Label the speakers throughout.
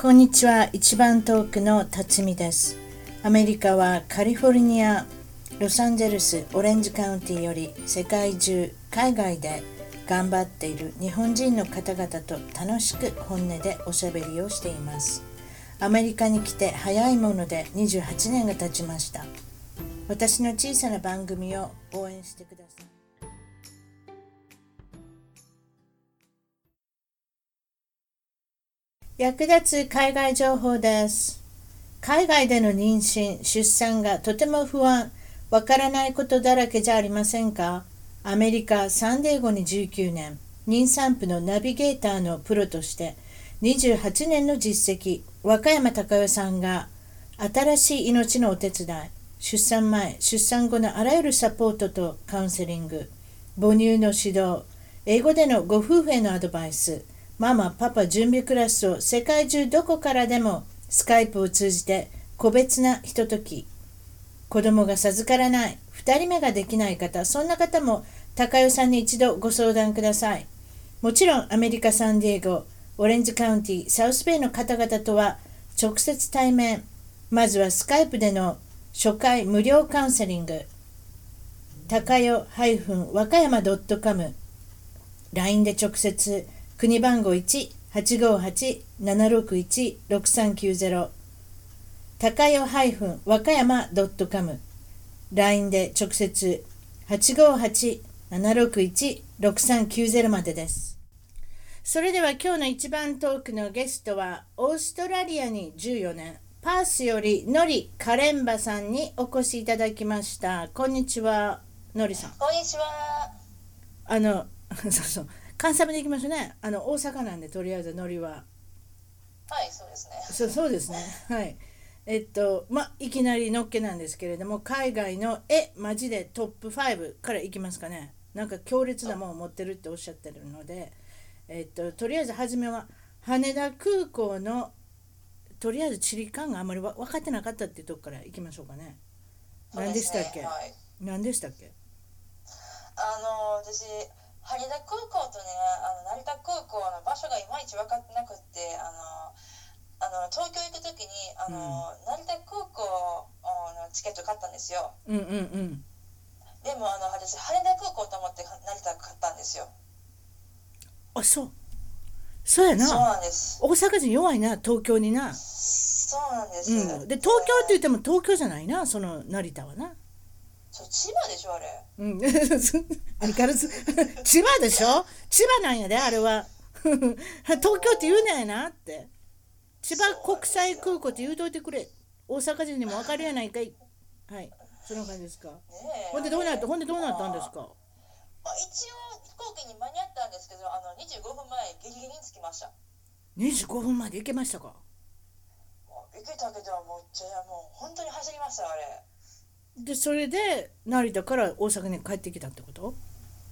Speaker 1: こんにちは一番遠くの辰巳ですアメリカはカリフォルニアロサンゼルスオレンジカウンティより世界中海外で頑張っている日本人の方々と楽しく本音でおしゃべりをしていますアメリカに来て早いもので28年が経ちました私の小さな番組を応援してください役立つ海外情報です海外での妊娠出産がとても不安わからないことだらけじゃありませんかアメリカ・サンデーゴに19年妊産婦のナビゲーターのプロとして28年の実績和歌山貴代さんが新しい命のお手伝い出産前出産後のあらゆるサポートとカウンセリング母乳の指導英語でのご夫婦へのアドバイスママパパ準備クラスを世界中どこからでもスカイプを通じて個別なひととき子供が授からない2人目ができない方そんな方も高代さんに一度ご相談くださいもちろんアメリカ・サンディエゴオレンジカウンティサウスベイの方々とは直接対面まずはスカイプでの初回無料カウンセリング高代和歌山 .com LINE で直接国番号1-858-761-6390高代和歌山 .com LINE で直接858-761-6390までですそれでは今日の一番トークのゲストはオーストラリアに14年パースよりのりカレンバさんにお越しいただきましたこんにちはのりさん
Speaker 2: こんにちは。
Speaker 1: あの そうそう関西弁でいきましょうねあの大阪なんでとりあえずのりは
Speaker 2: はい、そうですね。
Speaker 1: そうそうですねはいえっとまいきなりのっけなんですけれども海外の「えマジでトップ5」からいきますかねなんか強烈なもんを持ってるっておっしゃってるのでえっととりあえず初めは羽田空港のとりあえず地理感があまりわ分かってなかったっていうとこからいきましょうかね何でしたっ
Speaker 2: そうす
Speaker 1: け
Speaker 2: ねはい、
Speaker 1: 何でしたっけ
Speaker 2: あの私羽田空港とね、あの成田空港の場所がいまいち分かってなくって、あのあの東京行くときにあの、成田空港のチケット買ったんですよ。
Speaker 1: うんうんうん
Speaker 2: でもあの私羽田空港と思って成田買ったんですよ。
Speaker 1: あそうそうやな
Speaker 2: そうなんです。
Speaker 1: 大阪人弱いな東京にな、
Speaker 2: そうなんです。
Speaker 1: うん、で東京って言っても東京じゃないなその成田はな、
Speaker 2: そう千葉でしょあれ。
Speaker 1: うん 相変わらず 千葉でしょ千葉なんやであれは 東京って言うなやなって千葉国際空港って言うといてくれ大阪人にも分かるやないかいはいそんな感じですか
Speaker 2: ねえ。
Speaker 1: ほんでどうなったほんでどうなったんですか
Speaker 2: まあ、一応飛行機に間に合ったんですけど、あの25分前ギリギリに着きました。
Speaker 1: 25分まで行けましたか
Speaker 2: もう行けたけどもうじゃあもう本当に走りましたよあれ
Speaker 1: でそれで成田から大阪に帰ってきたってこと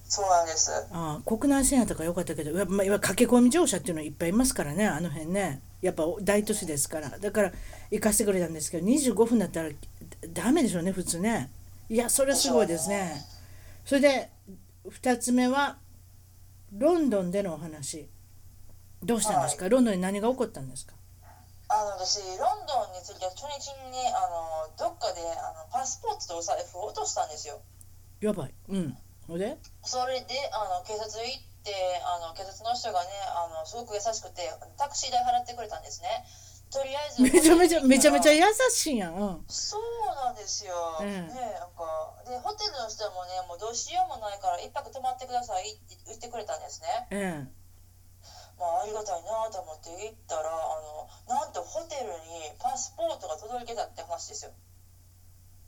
Speaker 2: そうなんです
Speaker 1: ああ国内線やったからよかったけど、やっぱまあ、いわゆる駆け込み乗車っていうのはいっぱいいますからね、あの辺ね、やっぱ大都市ですから、だから行かせてくれたんですけど、25分だったらだだめでしょうね、普通ね。いや、それすごいですね。それで、2つ目は、ロンドンでのお話、どうしたんですか、ロンドンに何が起こったんですか。
Speaker 2: あの私ロンドンに着いた初日にねあのどっかであのパスポートとお財布を落としたんですよ
Speaker 1: やばい、うん、ほいで、
Speaker 2: それであの警察行ってあの警察の人がねあのすごく優しくてタクシー代払ってくれたんですねとりあえず
Speaker 1: めちゃめちゃ、めちゃめちゃ
Speaker 2: ゃ
Speaker 1: 優しいやん、うん、
Speaker 2: そうなんですよ、
Speaker 1: うん
Speaker 2: ねえなんかでホテルの人もねもうどうしようもないから一泊泊まってくださいって言ってくれたんですね
Speaker 1: え
Speaker 2: まあ、ありがたいなと思って行ったらあのなんとホテルにパスポートが届けたって話ですよ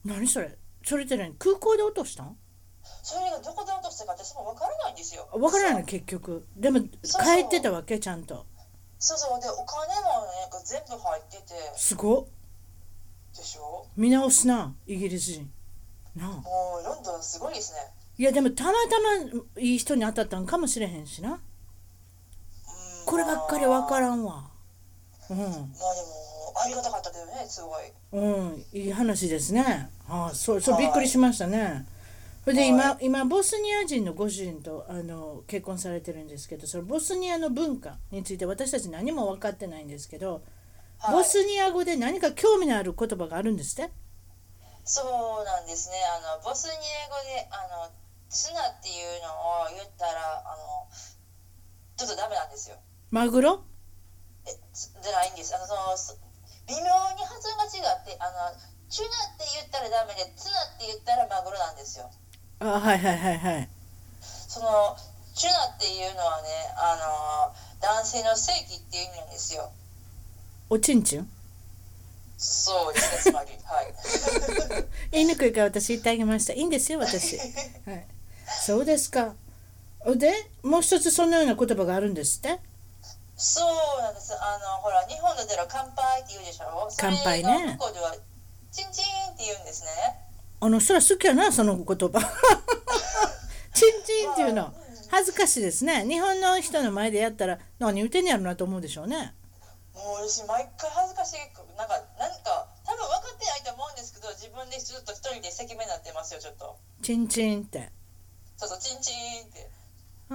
Speaker 1: え、何それ、それって何、空港で落としたん
Speaker 2: それがどこで落としたか私も分からないんですよ
Speaker 1: わからないの
Speaker 2: い
Speaker 1: 結局でも帰
Speaker 2: そう
Speaker 1: ってたわけちゃんと
Speaker 2: そうそうでお金もね全部入ってて
Speaker 1: すご
Speaker 2: でしょ
Speaker 1: っ見直すなイギリス人なあ
Speaker 2: もうロンドンすごいですね
Speaker 1: いやでもたまたまいい人に当たったんかもしれへんしな
Speaker 2: うん
Speaker 1: こればっかりわからんわ
Speaker 2: まあでもありがたかったけどねすごい
Speaker 1: うんうんいい話ですねああそうそう
Speaker 2: はい
Speaker 1: びっくりしましたねそれで今
Speaker 2: は
Speaker 1: 今ボスニア人のご主人とあの結婚されてるんですけどそのボスニアの文化について私たち何も分かってないんですけど
Speaker 2: はい
Speaker 1: ボスニア語で何か興味のある言葉があるんですって
Speaker 2: そうなんですね。あのボスニア語であのツナっていうのを言ったらあのちょっとダメなんですよ。
Speaker 1: マグロ
Speaker 2: えつじゃないんです。あのそのす微妙に発音が違ってあのチュナって言ったらダメでツナって言ったらマグロなんですよ。
Speaker 1: あはいはいはいはい
Speaker 2: そのチュナっていうのはねあの男性の性器っていう意味なんですよ。
Speaker 1: おちんちん
Speaker 2: そうです ねつまりはい。
Speaker 1: 言いにくいから私言ってあげましたいいんですよ私、はい、そうですかでもう一つそのような言葉があるんですって
Speaker 2: そうなんです。あのほら日本では乾杯って言うでしょ。それが
Speaker 1: 乾杯ね
Speaker 2: 向こうではチンチンって言うんですね。
Speaker 1: あの人ら好きやなその言葉 チンチンっていうの恥ずかしいですね日本の人の前でやったら何言うてんやろなと思うでしょうね
Speaker 2: もう私毎回恥ずかしいなんかなんか多分分かってないと思うんですけど自分でちょっと一人で席目になってますよちょっと。
Speaker 1: チンチンって
Speaker 2: そうそうチンチンって。
Speaker 1: あ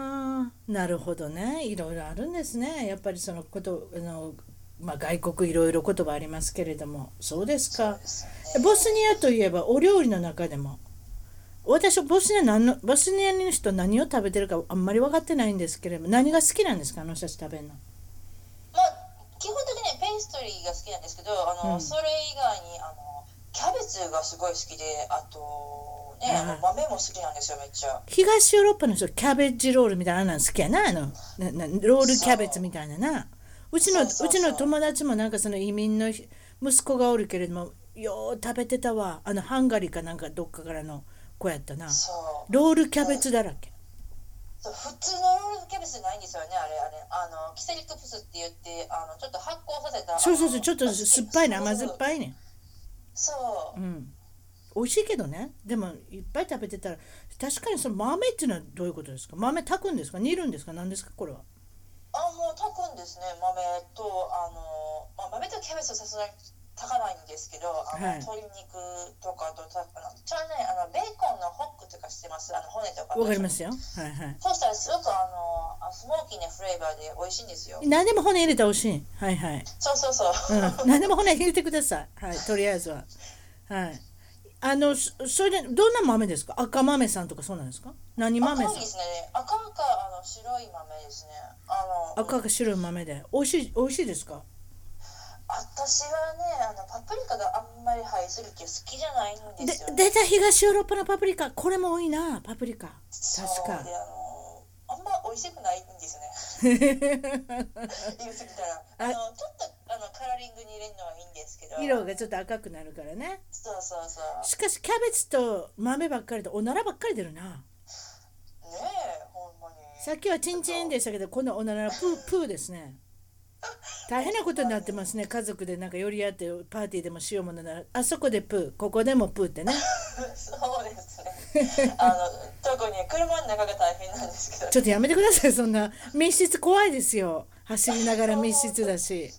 Speaker 1: ーなるほどねいろいろあるんですねやっぱりそのことあの、まあ、外国いろいろ言葉ありますけれどもそうですか
Speaker 2: です
Speaker 1: ボスニアといえばお料理の中でも私はボスニア何のボスニアの人何を食べてるかあんまり分かってないんですけれども何が好きなんですかあの人たち食べるの
Speaker 2: まあ基本的にはペーストリーが好きなんですけどあの、
Speaker 1: うん
Speaker 2: それ以外にあのキャベツがすごい好きであとね、あの豆も好きなんですよめっちゃ。
Speaker 1: 東ヨーロッパの人キャベジロールみたいなの好きやなあのななロールキャベツみたいななうちのう
Speaker 2: そうそうそ
Speaker 1: ち
Speaker 2: う
Speaker 1: の友達もなんかその移民のひ息子がおるけれどもよう食べてたわあのハンガリーかなんかどっかからの子やったな
Speaker 2: そう。
Speaker 1: ロールキャベツだらけ
Speaker 2: そう普通のロールキャベツじゃないんですよねあれあれあのキセリトプスって言ってあのちょっと発酵させた
Speaker 1: そうそうそ
Speaker 2: あ
Speaker 1: う
Speaker 2: の
Speaker 1: ちょっと酸っぱいな甘酸っ
Speaker 2: い
Speaker 1: ぱいね
Speaker 2: そううん
Speaker 1: 美味しいけどねでもいっぱい食べてたら確かにその豆っていうのはどういうことですか豆炊くんですか煮るんですか何ですかこれは
Speaker 2: あもう炊くんですね豆とあの、まあ、豆とキャベツはさすがに炊かないんですけどあの、
Speaker 1: はい
Speaker 2: 鶏肉とかとたあのちゃんねあのベーコンのホックとかしてますあの骨とか
Speaker 1: わかりますすよはいは
Speaker 2: そうしたらすごくあのあスモーキーなフレーバーで美味しいんですよ
Speaker 1: い何でも骨入れたら美味しいはいはい
Speaker 2: そうそうそう、
Speaker 1: うん、何でも骨入れてください。はい、とりあえずは。はい。あの、そそれで、どんな豆ですか。赤豆さんとか、そうなんですか。何豆さ
Speaker 2: 赤
Speaker 1: ん
Speaker 2: いで。すね赤かあの白い豆ですねあの
Speaker 1: 赤か白い豆で、美味しい、美味しいですか。
Speaker 2: 私はねあのパプリカがあんまり入りすぎて好きじゃない
Speaker 1: で
Speaker 2: んですよ、、ね、
Speaker 1: 出た東ヨーロッパのパプリカ、これも多いな、パプリカ。 確
Speaker 2: そう
Speaker 1: か
Speaker 2: で。あのあんま美味しくないんですよね言い過ぎたらあのちょっとあのカラーリングに入れるのはいいんですけど
Speaker 1: 色がちょっと赤くなるからね。
Speaker 2: そうそうそう
Speaker 1: しかし、キャベツと豆ばっかりで、おならばっかり出るな。
Speaker 2: ねえほんまに
Speaker 1: さっきはチンチンでしたけど、このおならはプープーですね。大変なことになってますね。家族でなんか寄り合ってパーティーでもしようものなら、あそこでプー、ここでもプーってね。
Speaker 2: そうですねあの特に車の中が大変なんですけど
Speaker 1: ちょっとやめてください。そんな密室怖いですよ。走りながら密室だし。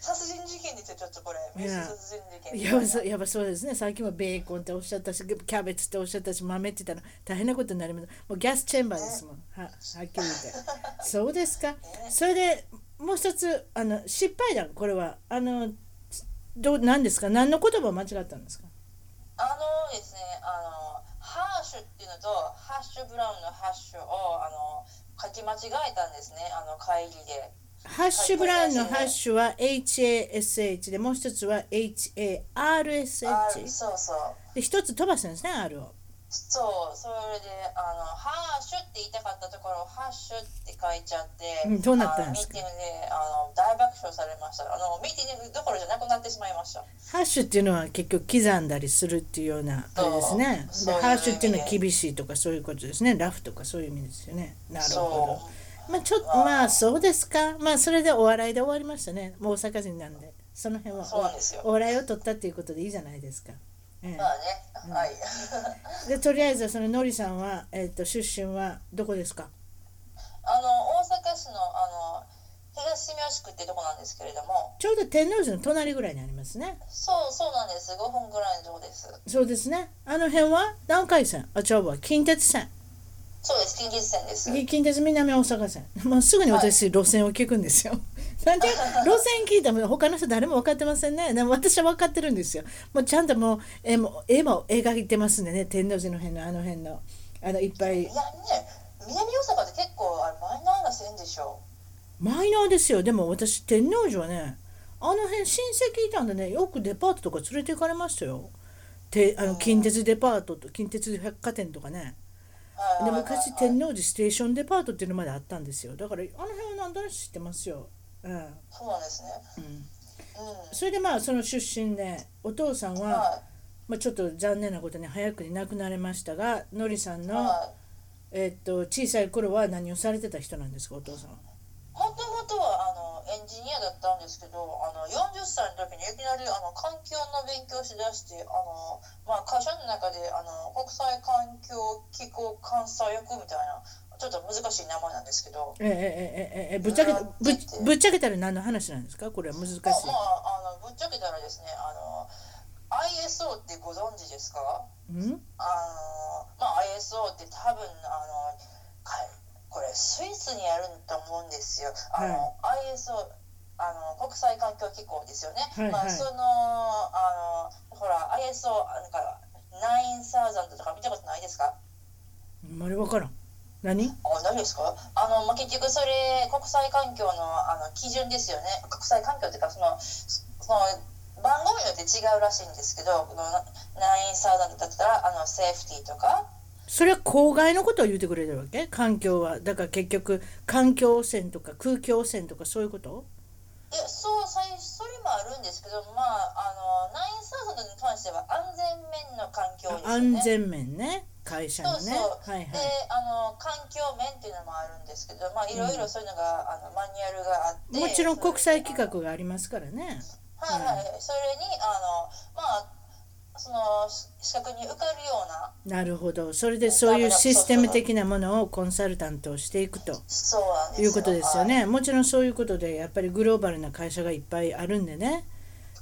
Speaker 2: 殺人事件ですよちょっとこれ
Speaker 1: いや
Speaker 2: 殺人事件
Speaker 1: やば そうやばそうですね。さっきもベーコンっておっしゃったし、キャベツっておっしゃったし、豆って言ったら大変なことになります。もうギャスチェンバーですもん。ははっきり言って。そうですか。それでもう一つあの失敗談これはあのどう何ですか。何の言葉を間違ったんですか。
Speaker 2: あのですね、あのハーシュっていうのとハッシュブラウンのハッシュをあの書き間違えたんですね、あの会議で。
Speaker 1: ハッシュブラウンのハッシュは H A S H でもう一つは H A R S
Speaker 2: あ
Speaker 1: H
Speaker 2: そうそう。
Speaker 1: で一つ飛ばしたんですね R を。
Speaker 2: そう、それであのハーシュって言いたかったところをハッシュって書いちゃって、
Speaker 1: うんどうなったんですか
Speaker 2: あのミーティングであの大爆笑されました。あのミーティングどころじゃなくなってしまいました。
Speaker 1: ハッシュっていうのは結局刻んだりするっていうようなあれですね。
Speaker 2: そ
Speaker 1: で
Speaker 2: うそういう
Speaker 1: ハッシュっていうのは
Speaker 2: 意味で
Speaker 1: 厳しいとかそういうことですね。ラフとかそういう意味ですよね。なるほ
Speaker 2: そう。
Speaker 1: ど。まあちょっとまあそうですか。まあそれでお笑いで終わりましたね。もう大阪人なんでその辺は
Speaker 2: そうなんですよ
Speaker 1: おお笑いを取ったっていうことでいいじゃないですか。え
Speaker 2: まあね、はい。
Speaker 1: え、でとりあえずそののりさんはえっ、と出身はどこですか。
Speaker 2: あの大阪市のあの東三好区ってとこなんですけれども、
Speaker 1: ちょうど天王寺の隣ぐらいにありますね。
Speaker 2: そうそうなんです。5分ぐらいのとこです。
Speaker 1: そうですね。あの辺は南海線、あちゃうわ近鉄線。
Speaker 2: そうです、近日線です。
Speaker 1: 近鉄南大阪線もうすぐに私、路線を聞くんですよ なんで路線聞いても他の人誰も分かってませんねでも私は分かってるんですよもうちゃんともう絵も絵も描いてますんでね天王寺の辺のあの辺のあのいっぱい
Speaker 2: いやね南大阪って結構あれマイナーな線でしょ
Speaker 1: マイナーですよでも私天王寺はねあの辺親戚いたんでねよくデパートとか連れて行かれましたよてあの近鉄デパートと近鉄百貨店とかね
Speaker 2: はい
Speaker 1: で
Speaker 2: はいはいはい
Speaker 1: 昔天王寺ステーションデパートっていうのまであったんですよだからあの辺は何となく知ってますよ、うんうん、
Speaker 2: そうなんですねうん
Speaker 1: それでまあその出身でお父さんは、
Speaker 2: は
Speaker 1: まあ、ちょっと残念なことに早くに亡くなられましたがのりさん
Speaker 2: い
Speaker 1: の、
Speaker 2: はい
Speaker 1: えっと小さい頃は何をされてた人なんですかお父さんは
Speaker 2: もともとはあのエンジニアだったんですけどあの40歳の時にいきなりあの環境の勉強しだしてあの、まあ、会社の中であの国際環境気候監査役みたいなちょっと難しい名前なんですけど。
Speaker 1: えええええええぶっちゃけ
Speaker 2: うん
Speaker 1: ぶっぶっちゃけたら何の話なんですかこれは難しい
Speaker 2: まあ、まあ、あのぶっちゃけたらですねあの ISO ってご存知ですか
Speaker 1: うん
Speaker 2: あのまあ ISO って多分あのかこれスイスにやると思うんですよ。あの、ISO あの国際環境機構ですよね。
Speaker 1: はいはい
Speaker 2: まあそのあのほら ISO なんか9000とか見たことないですか？
Speaker 1: あんまり分からん何
Speaker 2: あ何ですか？あのまあ結局それ国際環境のあの基準ですよね。国際環境っていうかそのそその番号によって違うらしいんですけど、この9000だったらあのセーフティーとか。
Speaker 1: それは公害のことを言ってくれてるわけ環境はだから結局環境汚染とか空気汚染とかそういうこと
Speaker 2: いやそう最それもあるんですけどまああのナインサードに関しては安全面の環境
Speaker 1: あ
Speaker 2: ですよね
Speaker 1: 安全面ね会社のね
Speaker 2: そうそう
Speaker 1: はい
Speaker 2: で
Speaker 1: は
Speaker 2: あの環境面っていうのもあるんですけどまあいろいろそういうのが、あのマニュアルがあって
Speaker 1: いもちろん国際規
Speaker 2: それ
Speaker 1: 格がありますからね
Speaker 2: はいはい、それにあのまあその資格に受かるような
Speaker 1: なるほどそれでそういうシステム的なものをコンサルタントをしていくと
Speaker 2: そうなんです
Speaker 1: い
Speaker 2: よ
Speaker 1: うことですよねもちろんそういうことでやっぱりグローバルな会社がいっぱいあるんでね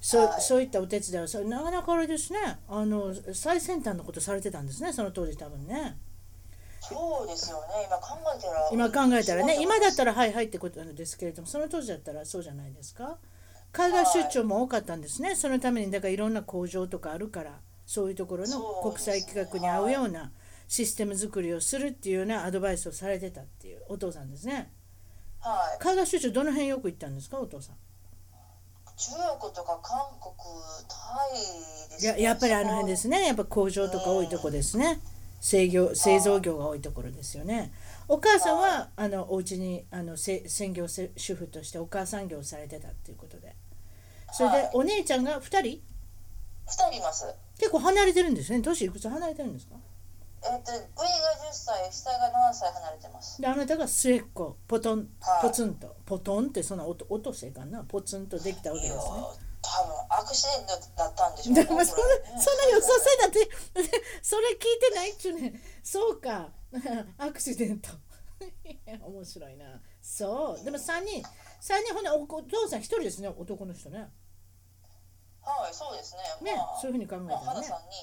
Speaker 1: そう
Speaker 2: はい
Speaker 1: そういったお手伝いをさなかなかあれですねあの最先端のことされてたんですねその当時多分ね
Speaker 2: はいそうですよね今考えたら
Speaker 1: 今考えたら
Speaker 2: そう
Speaker 1: ね
Speaker 2: なん
Speaker 1: 今
Speaker 2: で
Speaker 1: だ
Speaker 2: す
Speaker 1: ったらはいはいってことなんですけれどもその当時だったらそうじゃないですか海外出張も多かったんですねそのためにだからいろんな工場とかあるからそういうところの
Speaker 2: そう
Speaker 1: 国
Speaker 2: です
Speaker 1: 際
Speaker 2: ね
Speaker 1: 規格に合うようなシステム作りをするっていうようなアドバイスをされてたっていうお父さんですね
Speaker 2: はい
Speaker 1: 海外出張どの辺よく行ったんですかお父さん
Speaker 2: 中国とか韓国タイです
Speaker 1: ややっぱりあの辺ですねやっぱ工場とか多いとこですね製業製造業が多いところですよねお母さんはあのお家にあのせ専業せ主婦としてお母さん業をされてたっていうことでそれ
Speaker 2: は
Speaker 1: で
Speaker 2: い
Speaker 1: お姉ちゃんが2人
Speaker 2: 2人います
Speaker 1: 結構離れてるんですね年いくつ離れてるんですか
Speaker 2: えっと上が10歳下が7歳離れてます
Speaker 1: であなたが末っ子ポトン
Speaker 2: はい
Speaker 1: ポツンとポトンってそんな音音せいかんなポツンとできたわけ
Speaker 2: い
Speaker 1: で
Speaker 2: や
Speaker 1: す
Speaker 2: ー
Speaker 1: ね
Speaker 2: 多分アクシデントだったんでしょう
Speaker 1: だ
Speaker 2: ね
Speaker 1: からまあそんなそんな予想せんだってだってそれ聞いてないっちゅうねんそうか アクシデント面白いなそうでも3人三人ほんなおお父さん1人ですね男の人ね
Speaker 2: はいそうですね
Speaker 1: ね
Speaker 2: まあ
Speaker 1: そういうふうに考
Speaker 2: まあ
Speaker 1: えたら
Speaker 2: 花
Speaker 1: ね
Speaker 2: さんに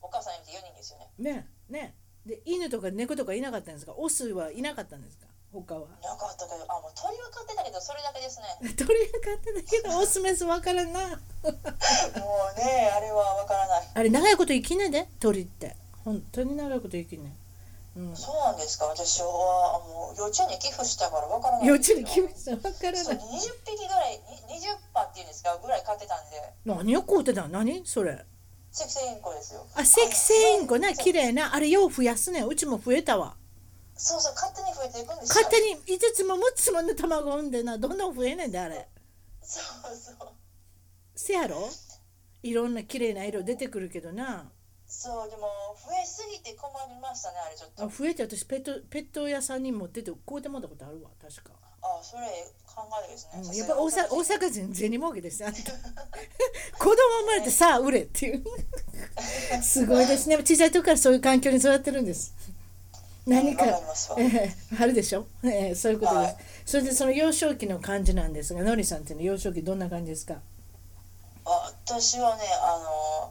Speaker 2: お母さんにて4人ですよね
Speaker 1: ねねで犬とか猫とかいなかったんですかオスはいなかったんですか他は
Speaker 2: なかったけどあもう鳥は飼ってたけどそれだけですね
Speaker 1: 鳥が飼ってた けどオスメスわからんな
Speaker 2: もうねあれはわからない
Speaker 1: あれ長いこと生きねで鳥って本当に長いこと生きねうん
Speaker 2: そうなんですか私はもう幼稚園に寄付したからわからない
Speaker 1: 幼
Speaker 2: んです
Speaker 1: 稚
Speaker 2: け
Speaker 1: 園来
Speaker 2: ど
Speaker 1: ましたわから
Speaker 2: そ
Speaker 1: な
Speaker 2: う
Speaker 1: い
Speaker 2: 20匹ぐらいに20羽っていうんですかぐらい飼ってたんで
Speaker 1: 何を買うてたん何それ
Speaker 2: セキセイインコですよ。
Speaker 1: あ、セキセイインコな、
Speaker 2: そう
Speaker 1: 綺麗な、あれよう増やすねん。うちも増えたわ。
Speaker 2: そうそう、勝手に増えていくんですよ。
Speaker 1: 勝手に5つも6つもの卵産んでな、どんどん増えねんで、あれ。
Speaker 2: そうそう。
Speaker 1: せやろいろんな綺麗な色出てくるけどな。
Speaker 2: そう、でも、増えすぎて困りましたね、あれちょっと。
Speaker 1: あ
Speaker 2: あ
Speaker 1: 増えて私ペット、ペット屋さんに持ってて、こうてもらったことあるわ、確か。
Speaker 2: それ、考えるですね。
Speaker 1: う
Speaker 2: さ
Speaker 1: ん、
Speaker 2: す
Speaker 1: やっ
Speaker 2: が
Speaker 1: ぱ大阪大阪人銭儲けですよあんた 子供生まれてさあ売れって いうすごいですね小さい時からそういう環境に育ってるんです何か
Speaker 2: わかりますわ
Speaker 1: ええあるでしょ、ええそういうことです、
Speaker 2: はい
Speaker 1: それでその幼少期の感じなんですがのりさんっていうのは幼少期どんな感じですか
Speaker 2: 私はね、あの、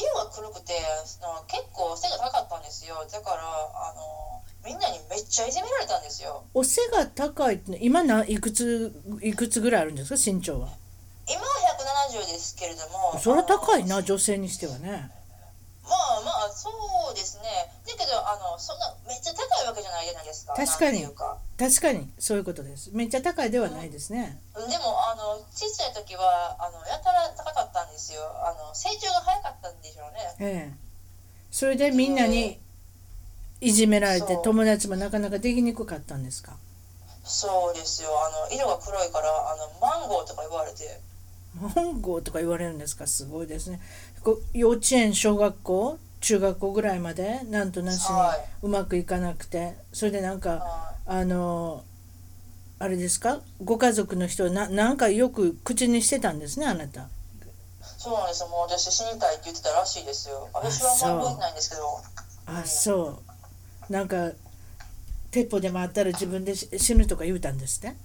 Speaker 2: 色が黒くて、その結構背が高かったんですよ。だから、あの、みんなにめっちゃいじめられたんですよ
Speaker 1: お背が高いって今ないくついくつぐらいあるんですか身長は
Speaker 2: 今は170ですけれども
Speaker 1: それは高い
Speaker 2: あ
Speaker 1: な
Speaker 2: の
Speaker 1: 女性にしてはね
Speaker 2: まあまあそうですねだけどあのそんなめっちゃ高いわけじゃないじゃないですか
Speaker 1: 確かに
Speaker 2: なんていうか
Speaker 1: 確かにそういうことですめっちゃ高いではないですね
Speaker 2: でもあの小さい時はあのやたら高かったんですよあの成長が早かったんでしょう
Speaker 1: え
Speaker 2: ね
Speaker 1: えそれでみんなにいじめられて
Speaker 2: そう
Speaker 1: 友達もなかなかできにくかったんですか
Speaker 2: そうですよあの色が黒いからあのマンゴーとか言われて
Speaker 1: 本郷とか言われるんですかすごいですねこう幼稚園小学校中学校ぐらいまでなんとなしに
Speaker 2: は
Speaker 1: うまくいかなくてそれでなんか
Speaker 2: は
Speaker 1: あのあれですかご家族の人はななんかよく口にしてたんですねあなた
Speaker 2: いそうなんですよもう私死にたいって言ってたらしいですよ私はあんま覚えてないんですけど
Speaker 1: あそうなんか鉄砲でもあったら自分でし死ぬとか言うたんですって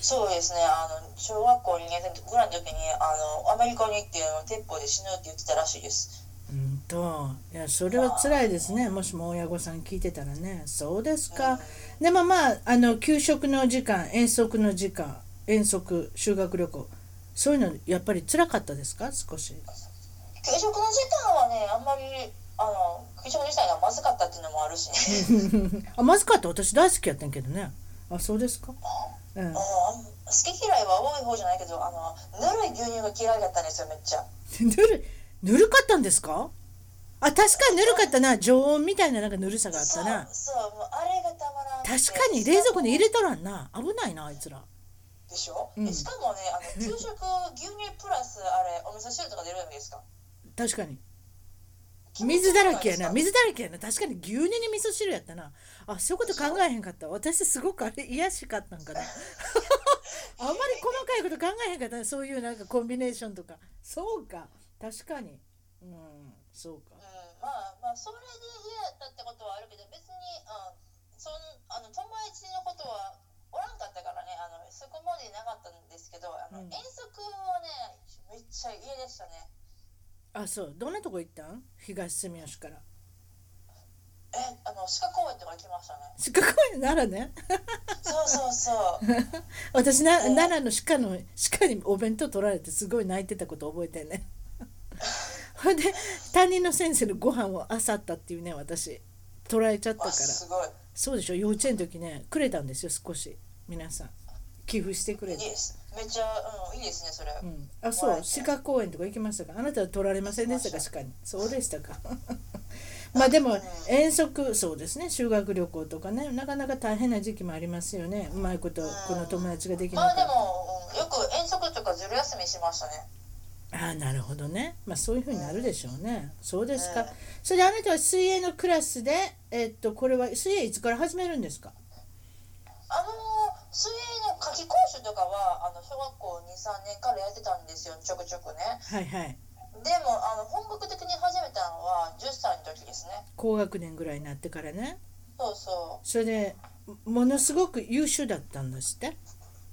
Speaker 2: そうですねあの小学校2年生ぐらいの時にあのアメリカに行ってあの鉄砲で死ぬって言ってたらしいです
Speaker 1: うんといやそれは辛いですねもしも親御さん聞いてたらねそうですか、でもまああの給食の時間遠足の時間遠足修学旅行そういうのやっぱり辛かったですか少し
Speaker 2: 給食の時間はねあんまりあの給食自体がまずかったっていうのもあるしね
Speaker 1: あまずかった私大好きやったんけどねあそうですか、うん
Speaker 2: あ、の好き嫌いは多い方じゃないけどあのぬるい牛乳が嫌いだったんですよめっちゃ
Speaker 1: ぬるぬるかったんですかあ確かにぬるかったな常温みたいななんかぬるさがあったな
Speaker 2: そうそうもうあれがたまらんくて
Speaker 1: 確かに冷蔵庫に入れとらんな危ないなあいつら
Speaker 2: でしょ、
Speaker 1: うん
Speaker 2: でしかもねあの給食牛乳プラスあれお味噌汁とか出るじゃないですか
Speaker 1: 確かに水だらけやな水だらけやな確かに牛乳に味噌汁やったなあそういうこと考えへんかった私すごくあれ癒しかったんかな あんまり細かいこと考えへんかったねそういうなんかコンビネーションとかそうか確かにうんそうか
Speaker 2: うんまあまあそれで嫌だったってことはあるけど別に、うん、そんあの友達のことはおらんかったからねあのそこまでなかったんですけどあの、
Speaker 1: うん
Speaker 2: 遠足はねめっちゃ嫌でしたね
Speaker 1: あそうどんなとこ行ったん東住吉から
Speaker 2: えあの鹿公園とか行きましたね
Speaker 1: 鹿公園ならね
Speaker 2: そうそう そう
Speaker 1: 私な
Speaker 2: うん
Speaker 1: 奈良の鹿の鹿にお弁当取られてすごい泣いてたこと覚えてん ねほんで担任の先生のご飯をあさったっていうね私取られちゃったから
Speaker 2: わすごい
Speaker 1: そうでしょ幼稚園の時ねくれたんですよ少し皆さん寄付してく
Speaker 2: い
Speaker 1: れ
Speaker 2: い
Speaker 1: て、
Speaker 2: ですめっちゃ、うん、いいですねそれ、
Speaker 1: うん、あそ
Speaker 2: もら
Speaker 1: う
Speaker 2: えて
Speaker 1: 鹿公園とか行きましたかあなたは取られませんでしたか鹿にそうでした かまあでも遠足そうですね修学旅行とかねなかなか大変な時期もありますよねうまいことこの友達ができな
Speaker 2: ま
Speaker 1: か
Speaker 2: あ
Speaker 1: っ
Speaker 2: で
Speaker 1: た
Speaker 2: も、うんよく遠足とかずる休みしましたね
Speaker 1: ああなるほどねまあそういうふうになるでしょうねそうです
Speaker 2: う
Speaker 1: か
Speaker 2: ん
Speaker 1: それであなたは水泳のクラスでえっとこれは水泳いつから始めるんですか
Speaker 2: あのー水泳の夏季講習とかはあの小学校23年からやってたんですよちょくちょくね
Speaker 1: はいはい
Speaker 2: でもあの本格的に始めたのは10歳の時ですね
Speaker 1: 高学年ぐらいになってからね
Speaker 2: そうそう
Speaker 1: それでものすごく優秀だったんですって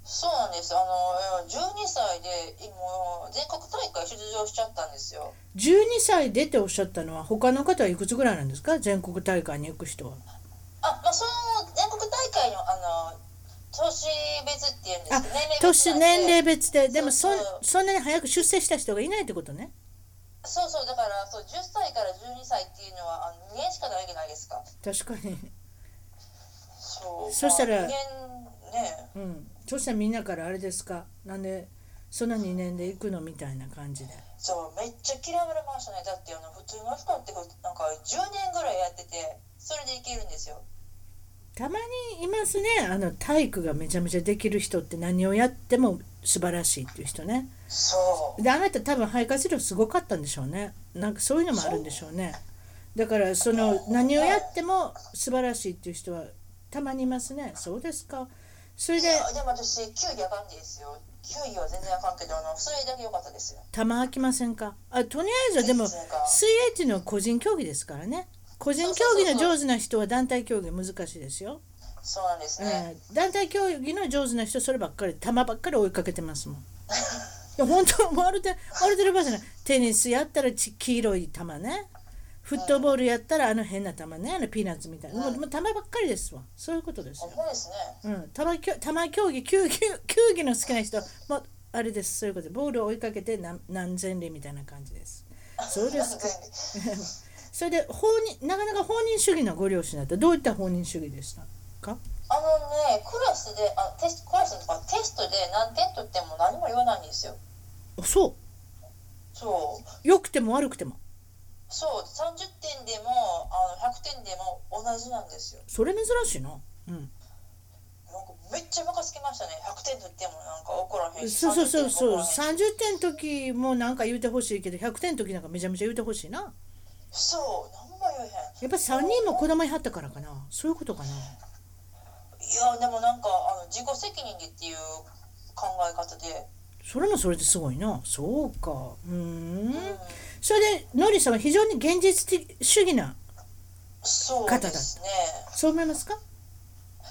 Speaker 2: そうなんですあのえー12歳でもう全国大会出場しちゃったんですよ
Speaker 1: 12歳でっておっしゃったのは他の方はいくつぐらいなんですか全国大会に行く人は
Speaker 2: あまあその全国大会のあの年別っていうんですけど
Speaker 1: 年
Speaker 2: 年齢別なんで
Speaker 1: 年齢別ででもそ
Speaker 2: そ
Speaker 1: ん
Speaker 2: うそう
Speaker 1: そんなに早く出世した人がいないってことね
Speaker 2: そうそうだからそう10歳から12歳っていうのはあの2年しかないじゃないですか
Speaker 1: 確かに、
Speaker 2: そう
Speaker 1: そしたら
Speaker 2: まあ2年ね
Speaker 1: うん、そしたらみんなからあれですかなんでそんな2年で行くのみたいな感じで
Speaker 2: そうめっちゃ嫌われましたねだってあの普通の人ってこうなんか10年ぐらいやっててそれでいけるんですよ
Speaker 1: たまにいますねあの体育がめちゃめちゃできる人って何をやっても素晴らしいっていう人ね
Speaker 2: そう
Speaker 1: であなた多分肺活量すごかったんでしょうねなんかそういうのもあるんでしょうねだからその何をやっても素晴らしいっていう人はたまにいますねそうですかそれ
Speaker 2: い
Speaker 1: で
Speaker 2: やでも私9位あかんですよ9位は全然あかんけどあのそれだけ良かったですよ
Speaker 1: 玉空きませんかあとりあえずでも
Speaker 2: そうか
Speaker 1: 水泳っていうのは個人競技ですからね個人競技の上手な人は団体競技難しいですよ、
Speaker 2: そうなんです
Speaker 1: え
Speaker 2: ね、
Speaker 1: え団体競技の上手な人そればっかり玉ばっかり追いかけてますも んいや本当まるでまるでる場合じゃないテニスやったらち黄色い球ねフットボールやったらあの変な球ねあのピーナッツみたいな、もう
Speaker 2: うん
Speaker 1: もう球ばっかりですわそういうことです
Speaker 2: ほ
Speaker 1: よ
Speaker 2: ん、まですね。
Speaker 1: うん、球きょ球競技球技球技の好きな人もうあれですそういうことボールを追いかけて何何千里みたいな感じですそう ですかそれで法人なかなか放任主義のご両親だったどういった放任主義でしたか
Speaker 2: あのね、クラスで、あテスト、クラスとかテストで何点取っても何も言わないんですよ。
Speaker 1: あそ
Speaker 2: そう。
Speaker 1: う良くても悪くても
Speaker 2: そう、30点でもあの100点でも同じなんですよ。
Speaker 1: それ珍しいなうん
Speaker 2: なんかめっちゃムカつきましたね。100点取ってもなんか怒らへんし。
Speaker 1: そうそうそうそう
Speaker 2: 30点も怒らへん
Speaker 1: 30
Speaker 2: し
Speaker 1: 点の時もなんか言うてほしいけど100点の時なんかめちゃめちゃ言うてほしいな
Speaker 2: そう、何も言えへ
Speaker 1: や
Speaker 2: ん。
Speaker 1: っぱ3人も子供いはったからかなそういうことかない
Speaker 2: や、でもなんかあの自己責任でっていう考え方で。
Speaker 1: それもそれですごいなそうかうーん
Speaker 2: うん
Speaker 1: それでノリさんは非常に現実的主義な
Speaker 2: そうですね。
Speaker 1: そう思いますか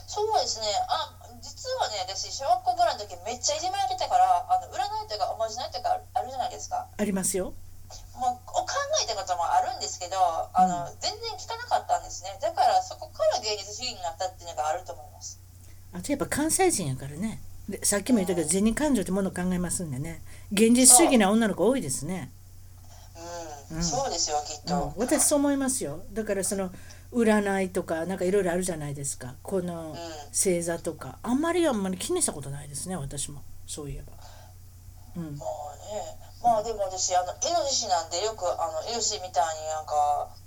Speaker 2: そうですね。あ、実はね、私、小学校ぐらいの時めっちゃいじめられてたから、あの占いとかおまじないとかあるじゃないですか。
Speaker 1: ありますよ
Speaker 2: もうお考えたこともあるんですけど、あの、全然聞かなかったんですね。だからそこから芸術主義になったっていうのがあると思います。
Speaker 1: あとやっぱ関西人やからねでさっきも言ったけど銭感情ってものを考えますんでね現実主義な女の子多いですね、
Speaker 2: うん、
Speaker 1: うん
Speaker 2: そうですよ、きっ
Speaker 1: う
Speaker 2: と。
Speaker 1: ん、私そう思いますよだからその占いとかなんかいろいろあるじゃないですかこの
Speaker 2: うん
Speaker 1: 星座とかあんまりあんまり気にしたことないですね私もそういえばうん
Speaker 2: まあね、まあでも私あのイノシシなんでよくあのイノシシみたいになんか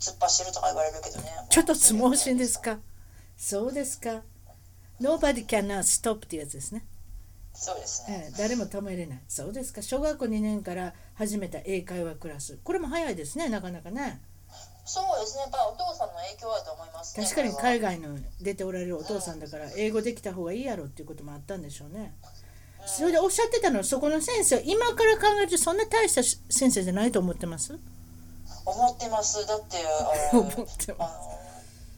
Speaker 2: 突っ走るとか言われるけどね。
Speaker 1: ちょっと相撲心です。かそうですか Nobody cannot stop っていうやつですね
Speaker 2: そうですね。
Speaker 1: ええ誰も止めれないそうですか小学校2年から始めた英会話クラスこれも早いですねなかなかね
Speaker 2: そうですね。やっぱお父さんの影響だと思いますね。
Speaker 1: 確かに
Speaker 2: これは
Speaker 1: 海外の出ておられるお父さんだから英語できた方がいいやろっていうこともあったんでしょうねそれでおっしゃってたのはそこの先生は今から考えるとそんな大したし先生じゃないと思ってます
Speaker 2: 思ってます。だってあ の
Speaker 1: 思って
Speaker 2: あ
Speaker 1: ま
Speaker 2: の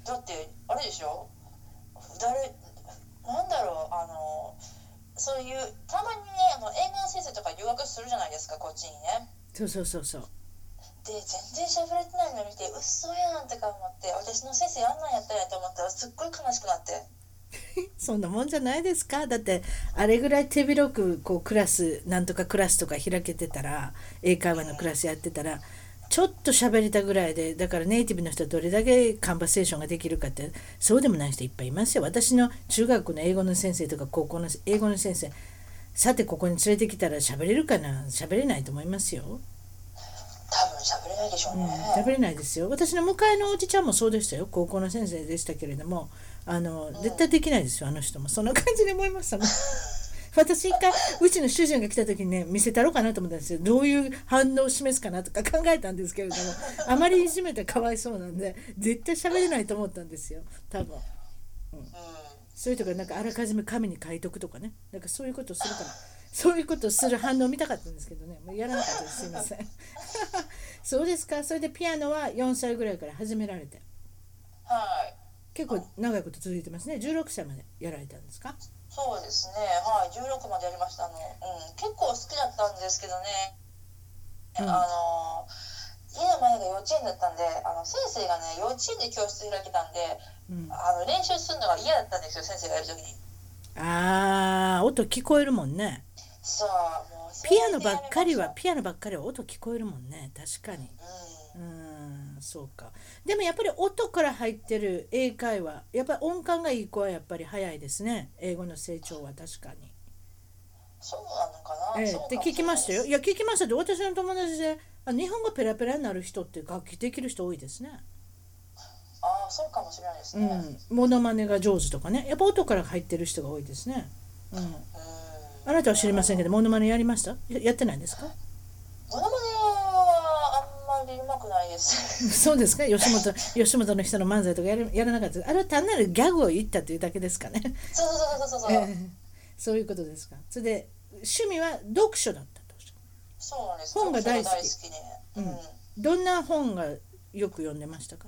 Speaker 2: だってあれでしょ。誰なんだろうあのそういうたまにねあの映画の先生とか留学するじゃないですかこっちにね。
Speaker 1: すそうそうそうそう
Speaker 2: で全然喋れてないの見てうっそやんとか思って私の先生あんなんやったんやと思ったらすっごい悲しくなって
Speaker 1: そんなもんじゃないですかだってあれぐらい手広くこうクラスなんとかクラスとか開けてたら英会話のクラスやってたらちょっと喋れたぐらいでだからネイティブの人はどれだけカンバセーションができるかってそうでもない人いっぱいいますよ私の中学の英語の先生とか高校の英語の先生さてここに連れてきたら喋れるかな喋れないと思いますよ
Speaker 2: 多分喋れないでしょうね、
Speaker 1: 食べれないですよ私の向かいのおじちゃんもそうでしたよ高校の先生でしたけれどもあの絶対できないですよあの人もそんな感じに思いましたもん 私一回うちの主人が来た時にね見せたろうかなと思ったんですよどういう反応を示すかなとか考えたんですけれどもあまりいじめたらかわいそうなんで絶対喋れないと思ったんですよ多分
Speaker 2: う
Speaker 1: そういうとかなんかあらかじめ紙に書いとくとかねなんかそういうことするから そういうことする反応を見たかったんですけどねもうやらなかったですすいません そうですかそれでピアノは4歳ぐらいから始められて
Speaker 2: んはい
Speaker 1: 結構長いこと続いてますね16歳までやられたんですか
Speaker 2: そうですねはい16までやりましたあの、うん、結構好きだったんですけどね、
Speaker 1: うん
Speaker 2: あの家の前が幼稚園だったんであの先生がね幼稚園で教室開けたんで
Speaker 1: うん
Speaker 2: あの練習するのが嫌だったんですよ先生がやる時に
Speaker 1: あー音聞こえるもんね
Speaker 2: さあもう
Speaker 1: ピアノばっかりはピアノばっかりは音聞こえるもんね確かに
Speaker 2: う
Speaker 1: うんんそうかでもやっぱり音から入ってる英会話やっぱり音感がいい子はやっぱり早いですね英語の成長は確かに
Speaker 2: そうなのかな、
Speaker 1: ええ
Speaker 2: そうかも
Speaker 1: って聞きましたよ。
Speaker 2: そう
Speaker 1: いや聞きましたって私の友達であ日本語ペラペラになる人って楽器できる人多いですね。
Speaker 2: ですああそうかもしれないです
Speaker 1: う
Speaker 2: ね、
Speaker 1: ん。モノマネが上手とかね。やっぱ音から入ってる人が多いですね。うん。
Speaker 2: うん
Speaker 1: あなたは知りませんけどモノマネやりました？ややってないん ですか？
Speaker 2: モノマネはあんまりうまくないです。
Speaker 1: そうですか。吉本吉本の人の漫才とかやるやらなかったです。あれは単なるギャグを言ったというだけですかね。
Speaker 2: そうそうそうそうそうそ う。
Speaker 1: ええそういうことですか。それで趣味は読書だったとおっしゃる。
Speaker 2: そうなんです。
Speaker 1: 本が大好き
Speaker 2: ね。
Speaker 1: う
Speaker 2: うんん。
Speaker 1: どんな本がよく読んでましたか？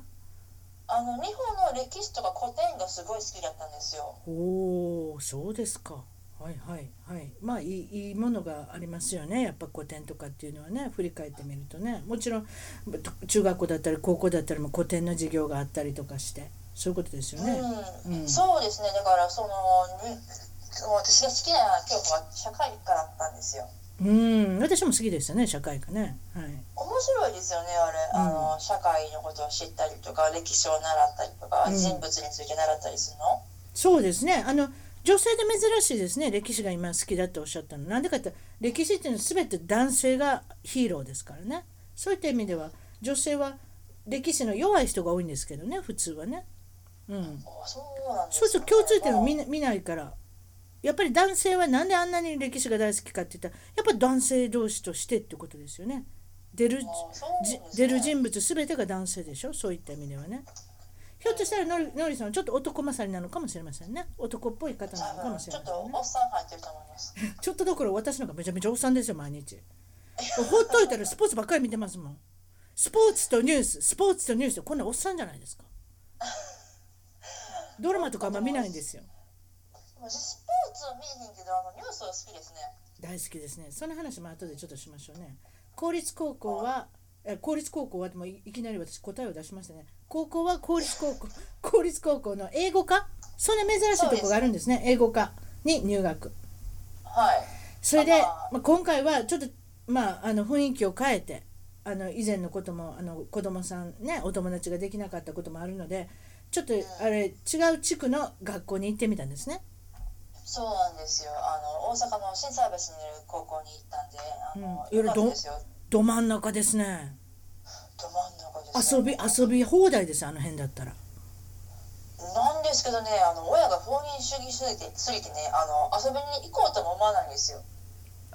Speaker 2: あの日本の歴史とか古典がすごい好きだったんですよ。
Speaker 1: おお、そうですか。ははいはいはいまあいいいいものがありますよねやっぱ古典とかっていうのはね振り返ってみるとねもちろんと中学校だったり高校だったりも古典の授業があったりとかしてそういうことですよね。
Speaker 2: うん
Speaker 1: うん
Speaker 2: そうですねだからそのに私が好きな教科は社会科だったんですよ
Speaker 1: うん私も好きでしたね社会科ね。はい、
Speaker 2: 面白いですよねあれ、あの社会のことを知ったりとか歴史を習ったりとか、
Speaker 1: うん
Speaker 2: 人物について習ったりするの
Speaker 1: そうですねあの女性で珍しいですね歴史が今好きだっておっしゃったのなんでかって歴史っていうのは全て男性がヒーローですからねそういった意味では女性は歴史の弱い人が多いんですけどね普通はね。うん
Speaker 2: あそうなんです
Speaker 1: そうそう共通点を見
Speaker 2: な
Speaker 1: な見ないからやっぱり男性はなんであんなに歴史が大好きかって言ったらやっぱり男性同士としてってことですよね出るじ出る人物全てが男性でしょそういった意味ではねひょっとしたらのりのりさんはちょっと男勝りなのかもしれませんね男っぽい方なのかもし
Speaker 2: ち
Speaker 1: れ
Speaker 2: ょ
Speaker 1: ま
Speaker 2: っ
Speaker 1: せ
Speaker 2: と
Speaker 1: んね
Speaker 2: おっさん入ってると思います
Speaker 1: ちょっとどころ私の方がめちゃめちゃおっさんですよ毎日ほっといたらスポーツばっかり見てますもんスポーツとニューススポーツとニュースってこんなおっさんじゃないですかドラマとかあんま見ないんですよ
Speaker 2: 私スポーツを見えへんけどあのニュースは好きですね
Speaker 1: 大好きですねその話も後でちょっとしましょうね公立高校はえ公立高校はもういいきなり私答えを出しましたね高校は公立高校 公立高校の英語科そんな珍しいとこがあるんですね英語科に入学
Speaker 2: はい
Speaker 1: それで
Speaker 2: あまあ
Speaker 1: まあ、今回はちょっと、まあ、あの雰囲気を変えてあの以前のこともあの子供さんねお友達ができなかったこともあるのでちょっとあれ違う地区の学校に行ってみたんですね。
Speaker 2: そうなんですよあの大阪の新サービスにいる高校に行ったんであの、
Speaker 1: うん
Speaker 2: よかったですよ
Speaker 1: ど真ん中ですね
Speaker 2: ど真ん中です、
Speaker 1: 遊び遊び放題ですあの辺だったら。
Speaker 2: なんですけどねあの親が放任主義すぎてすぎてねあの遊びに行こうとも思わないんですよ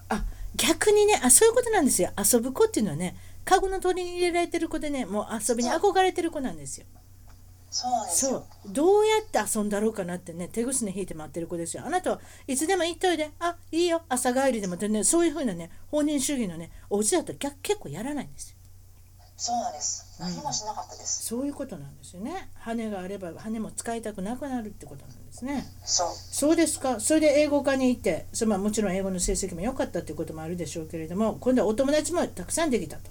Speaker 1: あ逆にねあそういうことなんですよ遊ぶ子っていうのはねカゴの鳥に入れられてる子でねもう遊びに憧れてる子なんですよ
Speaker 2: そうなんです
Speaker 1: そ
Speaker 2: よ
Speaker 1: うどうやって遊んだろうかなってね手ぐすね引いて待ってる子ですよあなたはいつでも行っといであいいよ朝帰りでもってねそういうふうなね放任主義のねお家だと逆結構やらないんですよ
Speaker 2: そうなんです何もしなかったです、
Speaker 1: そういうことなんですよね羽があれば羽も使いたくなくなるってことなんですね
Speaker 2: そう
Speaker 1: そうですかそれで英語科に行ってそれまあもちろん英語の成績も良かったっていうこともあるでしょうけれども今度はお友達もたくさんできたと。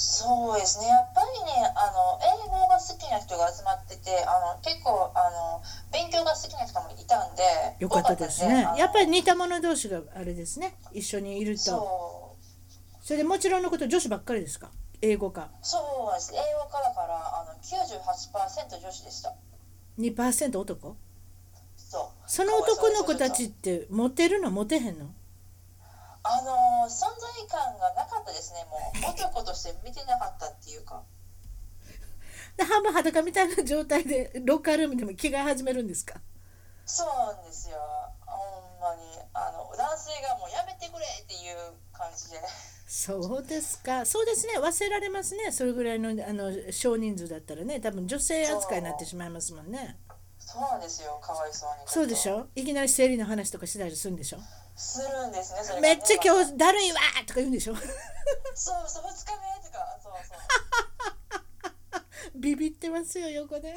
Speaker 2: そうですねやっぱりねあの英語が好きな人が集まっててあの結構あの勉強が好きな人もいたんで
Speaker 1: よかったです
Speaker 2: 多
Speaker 1: ね
Speaker 2: か。
Speaker 1: やっぱ
Speaker 2: り
Speaker 1: り似た者同士があれですね。一緒にいると。
Speaker 2: そう
Speaker 1: それでもちろんのこと女子ばっかりですか。英語か。
Speaker 2: そうです英語科だからあの98%女子でした
Speaker 1: 2%男。
Speaker 2: そう
Speaker 1: その男の子たちってモテるのモテへんの。
Speaker 2: あのー存在感がなかったですねもう男として見てなかったっていうか
Speaker 1: で半分裸みたいな状態で ロッカールームでも着替え始めるんですか。
Speaker 2: そうなんですよほんまにあの男性がもうやめてくれっていう感じで
Speaker 1: そうですか。そうですね。忘れられますね。それぐらいのあの少人数だったらね、多分女性扱いになってしまいますもんね。
Speaker 2: そうなんですよかわいそうに
Speaker 1: そうでし
Speaker 2: ょ
Speaker 1: ょ。いきなり生理の話とかしたりするんでしょ。
Speaker 2: するんですねそれが
Speaker 1: め
Speaker 2: ね
Speaker 1: っちゃ今日だるいわーとか言うんでしょ。
Speaker 2: そうそう2日目とかそうそう
Speaker 1: ビビってますよ横で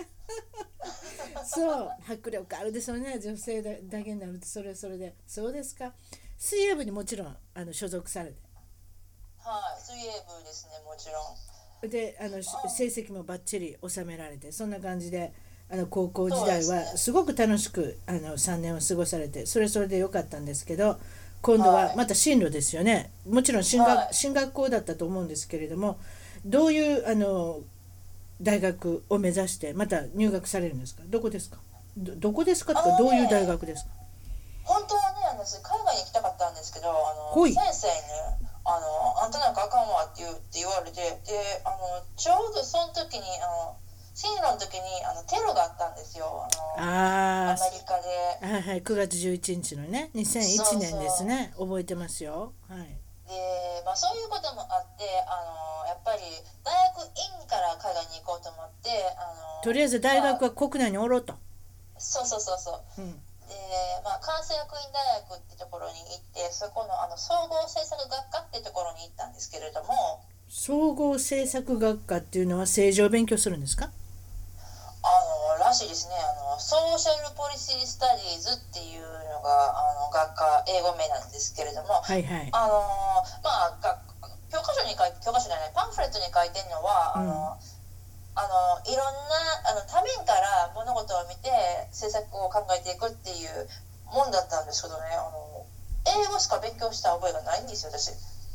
Speaker 1: そう迫力あるでしょうね女性だだけになるとそれはそれでそうですか水泳部にもちろんあの所属されて
Speaker 2: はい水泳部ですねもちろん
Speaker 1: であのし成績もばっちり収められてそんな感じであの高校時代
Speaker 2: そうです
Speaker 1: は
Speaker 2: ね
Speaker 1: すごく楽しくあの3年を過ごされてそれはそれで良かったんですけど今度は
Speaker 2: はい
Speaker 1: また進路ですよねもちろん進学,、
Speaker 2: はい
Speaker 1: 進学校だったと思うんですけれどもどういうあの大学を目指してまた入学されるんですかどこですかどどこですかとか
Speaker 2: あの
Speaker 1: どう
Speaker 2: ね
Speaker 1: いう大学ですか
Speaker 2: 本当はね私海外に行きたかったんですけどあの
Speaker 1: ほい
Speaker 2: 先生に、あの「あんたなんかあかんわ」って言うって言われてであのちょうどその時にあの進路の時にあのテロがあったんですよあの
Speaker 1: あ
Speaker 2: アメリカで
Speaker 1: あはいはい9月11日のね2001年ですね覚えてますよはい
Speaker 2: で、まあ、そういうこともあってあのやっぱり大学院から海外に行こうと思ってあの
Speaker 1: とりあえず大学
Speaker 2: まあ
Speaker 1: は国内におろうと、
Speaker 2: そうそうそうそ
Speaker 1: う
Speaker 2: う
Speaker 1: ん、
Speaker 2: で、まあ、関西学院大学ってところに行ってそこのあの総合政策学科ってところに行ったんですけれども
Speaker 1: 総合政策学科っていうのは政治を勉強するんですか
Speaker 2: あのらしいですねあのソーシャルポリシースタディーズっていうののがあの学科英語名なんですけれども、
Speaker 1: はいはい。
Speaker 2: あのーまあ学教科書に書い教科書じゃないパンフレットに書いてるのは、
Speaker 1: うん
Speaker 2: あのあのいろんなあの多面から物事を見て政策を考えていくっていうもんだったんですけどねあの英語しか勉強した覚えがないんですよ私。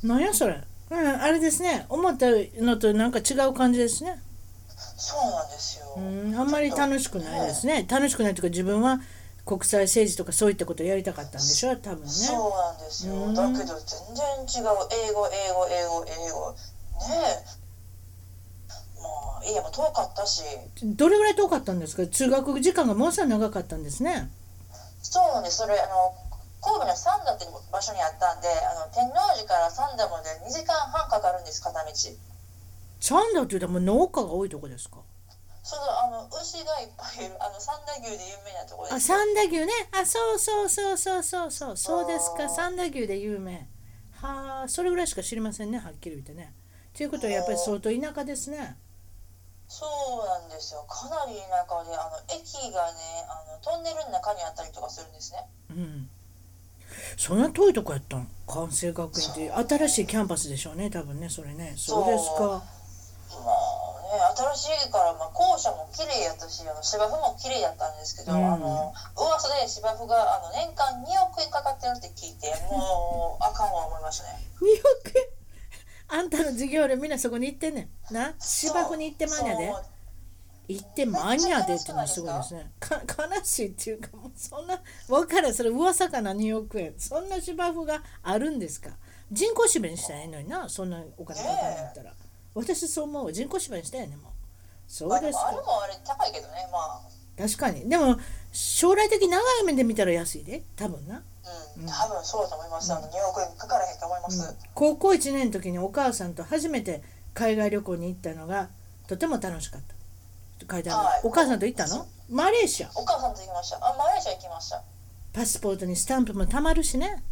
Speaker 1: なんやそれ。うん、あれですね。思ったのとなんか違う感じですね。
Speaker 2: そうなんですよ、
Speaker 1: うん、あんまり楽しくないですね。楽しくないというか自分は国際政治とかそういったことをやりたかったんでしょ多分ね。
Speaker 2: そうなんですよ、
Speaker 1: うん
Speaker 2: だけど全然違う英語英語英語英語ねえまあ家も遠かったし
Speaker 1: どれぐらい遠かったんですか通学時間がもうさ長かったんですね。
Speaker 2: そうなんですそれあの神戸の三田っていう場所にあったんであの天王寺から三田まで2時間半かかるんです片道そ
Speaker 1: サンダーって言うともう農家が多いとこですか
Speaker 2: のあの牛がいっぱいいるあの三田牛で有名なところ
Speaker 1: あ、
Speaker 2: です
Speaker 1: サンダ牛ね。あ、そうそうそうそうそうそう。そうですか。サンダ牛で有名。はあ、それぐらいしか知りませんね、はっきり言ってね。ということはやっぱり相当田舎ですね。
Speaker 2: そうなんですよかなり田舎であの駅がねあのトンネルの中にあったりとかするんですね
Speaker 1: うん。そんな遠いとこやったん関西学院って新しいキャンパスでしょうね、多分ね、それね。そうですか。
Speaker 2: まあね、新しいから、まあ、校舎も綺麗やったしあの芝生も綺麗やったんですけど、
Speaker 1: うん
Speaker 2: あの噂で芝生があの年間2億円かかってるって聞いてもうあかんわ思いましたね
Speaker 1: 2億円あんたの授業料みんなそこに行ってんねん。な芝生に行ってまんやで
Speaker 2: そう。
Speaker 1: 行ってマニアでってのはすごいですね。か悲しいっていうかもうそんな分からんそれ噂かな2億円そんな芝生があるんですか人工芝にしたらええのになそんなお金かかるんやったら、私そう思う人工芝にしたよねもうそ
Speaker 2: まあ
Speaker 1: う
Speaker 2: で
Speaker 1: です
Speaker 2: もあれ
Speaker 1: か
Speaker 2: もあれ高いけどねまあ
Speaker 1: 確かにでも将来的長い目で見たら安いで多分な、
Speaker 2: うん、多分そうだと思います、あの2億円かからへんと思います、
Speaker 1: 高校1年の時にお母さんと初めて海外旅行に行ったのがとても楽しかったって書いてある、
Speaker 2: はい
Speaker 1: お母さんと行ったのマレーシア
Speaker 2: お母さんと行きましたあマレーシア行きました
Speaker 1: パスポートにスタンプもたまるしね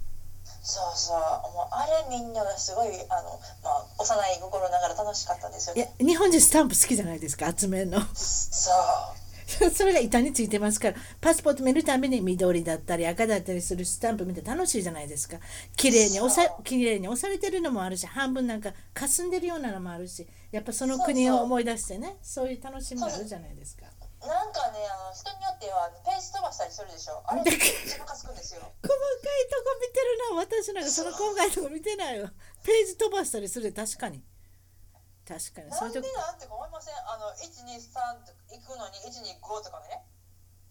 Speaker 2: そうそうもうあれみんながすごいあの、まあ、幼い心ながら楽しかったんですよ
Speaker 1: いや
Speaker 2: ね
Speaker 1: 日本人スタンプ好きじゃないですか集めるの
Speaker 2: そう
Speaker 1: それが板についてますからパスポート見るたびに緑だったり赤だったりするスタンプ見て楽しいじゃないですか綺麗に押さ
Speaker 2: そう
Speaker 1: 綺麗に押されてるのもあるし半分なんか霞んでるようなのもあるしやっぱその国
Speaker 2: そう
Speaker 1: を
Speaker 2: そう
Speaker 1: 思い出してねそういう楽しみがあるじゃないですか
Speaker 2: なんかね、あの人によってはページ飛ばしたりするでしょ。あれ、
Speaker 1: だけ
Speaker 2: 自分がつくんですよ。
Speaker 1: 細かいとこ見てるな私なんかその細かいとこ見てないよページ飛ばしたりするで確かに確かに
Speaker 2: な
Speaker 1: そうんいう
Speaker 2: で
Speaker 1: とこ
Speaker 2: なんてか思いません。あの一二三と行くのに一二五とかね。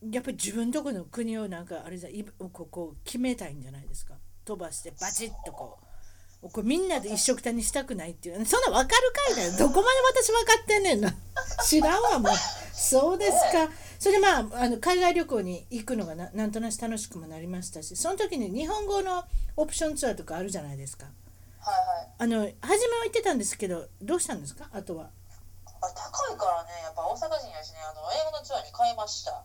Speaker 1: やっぱり自分とこの国をなんかあれじゃいここ決めたいんじゃないですか飛ばしてバチッとこうこれみんなで一緒くたにしたくないっていうそんな分かるかいなどこまで私分かってんねんな知らんわもうそうですかそれでまああの海外旅行に行くのがななんとなく楽しくもなりましたしその時に日本語のオプションツアーとかあるじゃないですか
Speaker 2: はいはい。
Speaker 1: あの初めは行ってたんですけどどうしたんですかあとは
Speaker 2: あれ高いからね、やっぱ大阪人やしね、あの英語のツアーに変えました。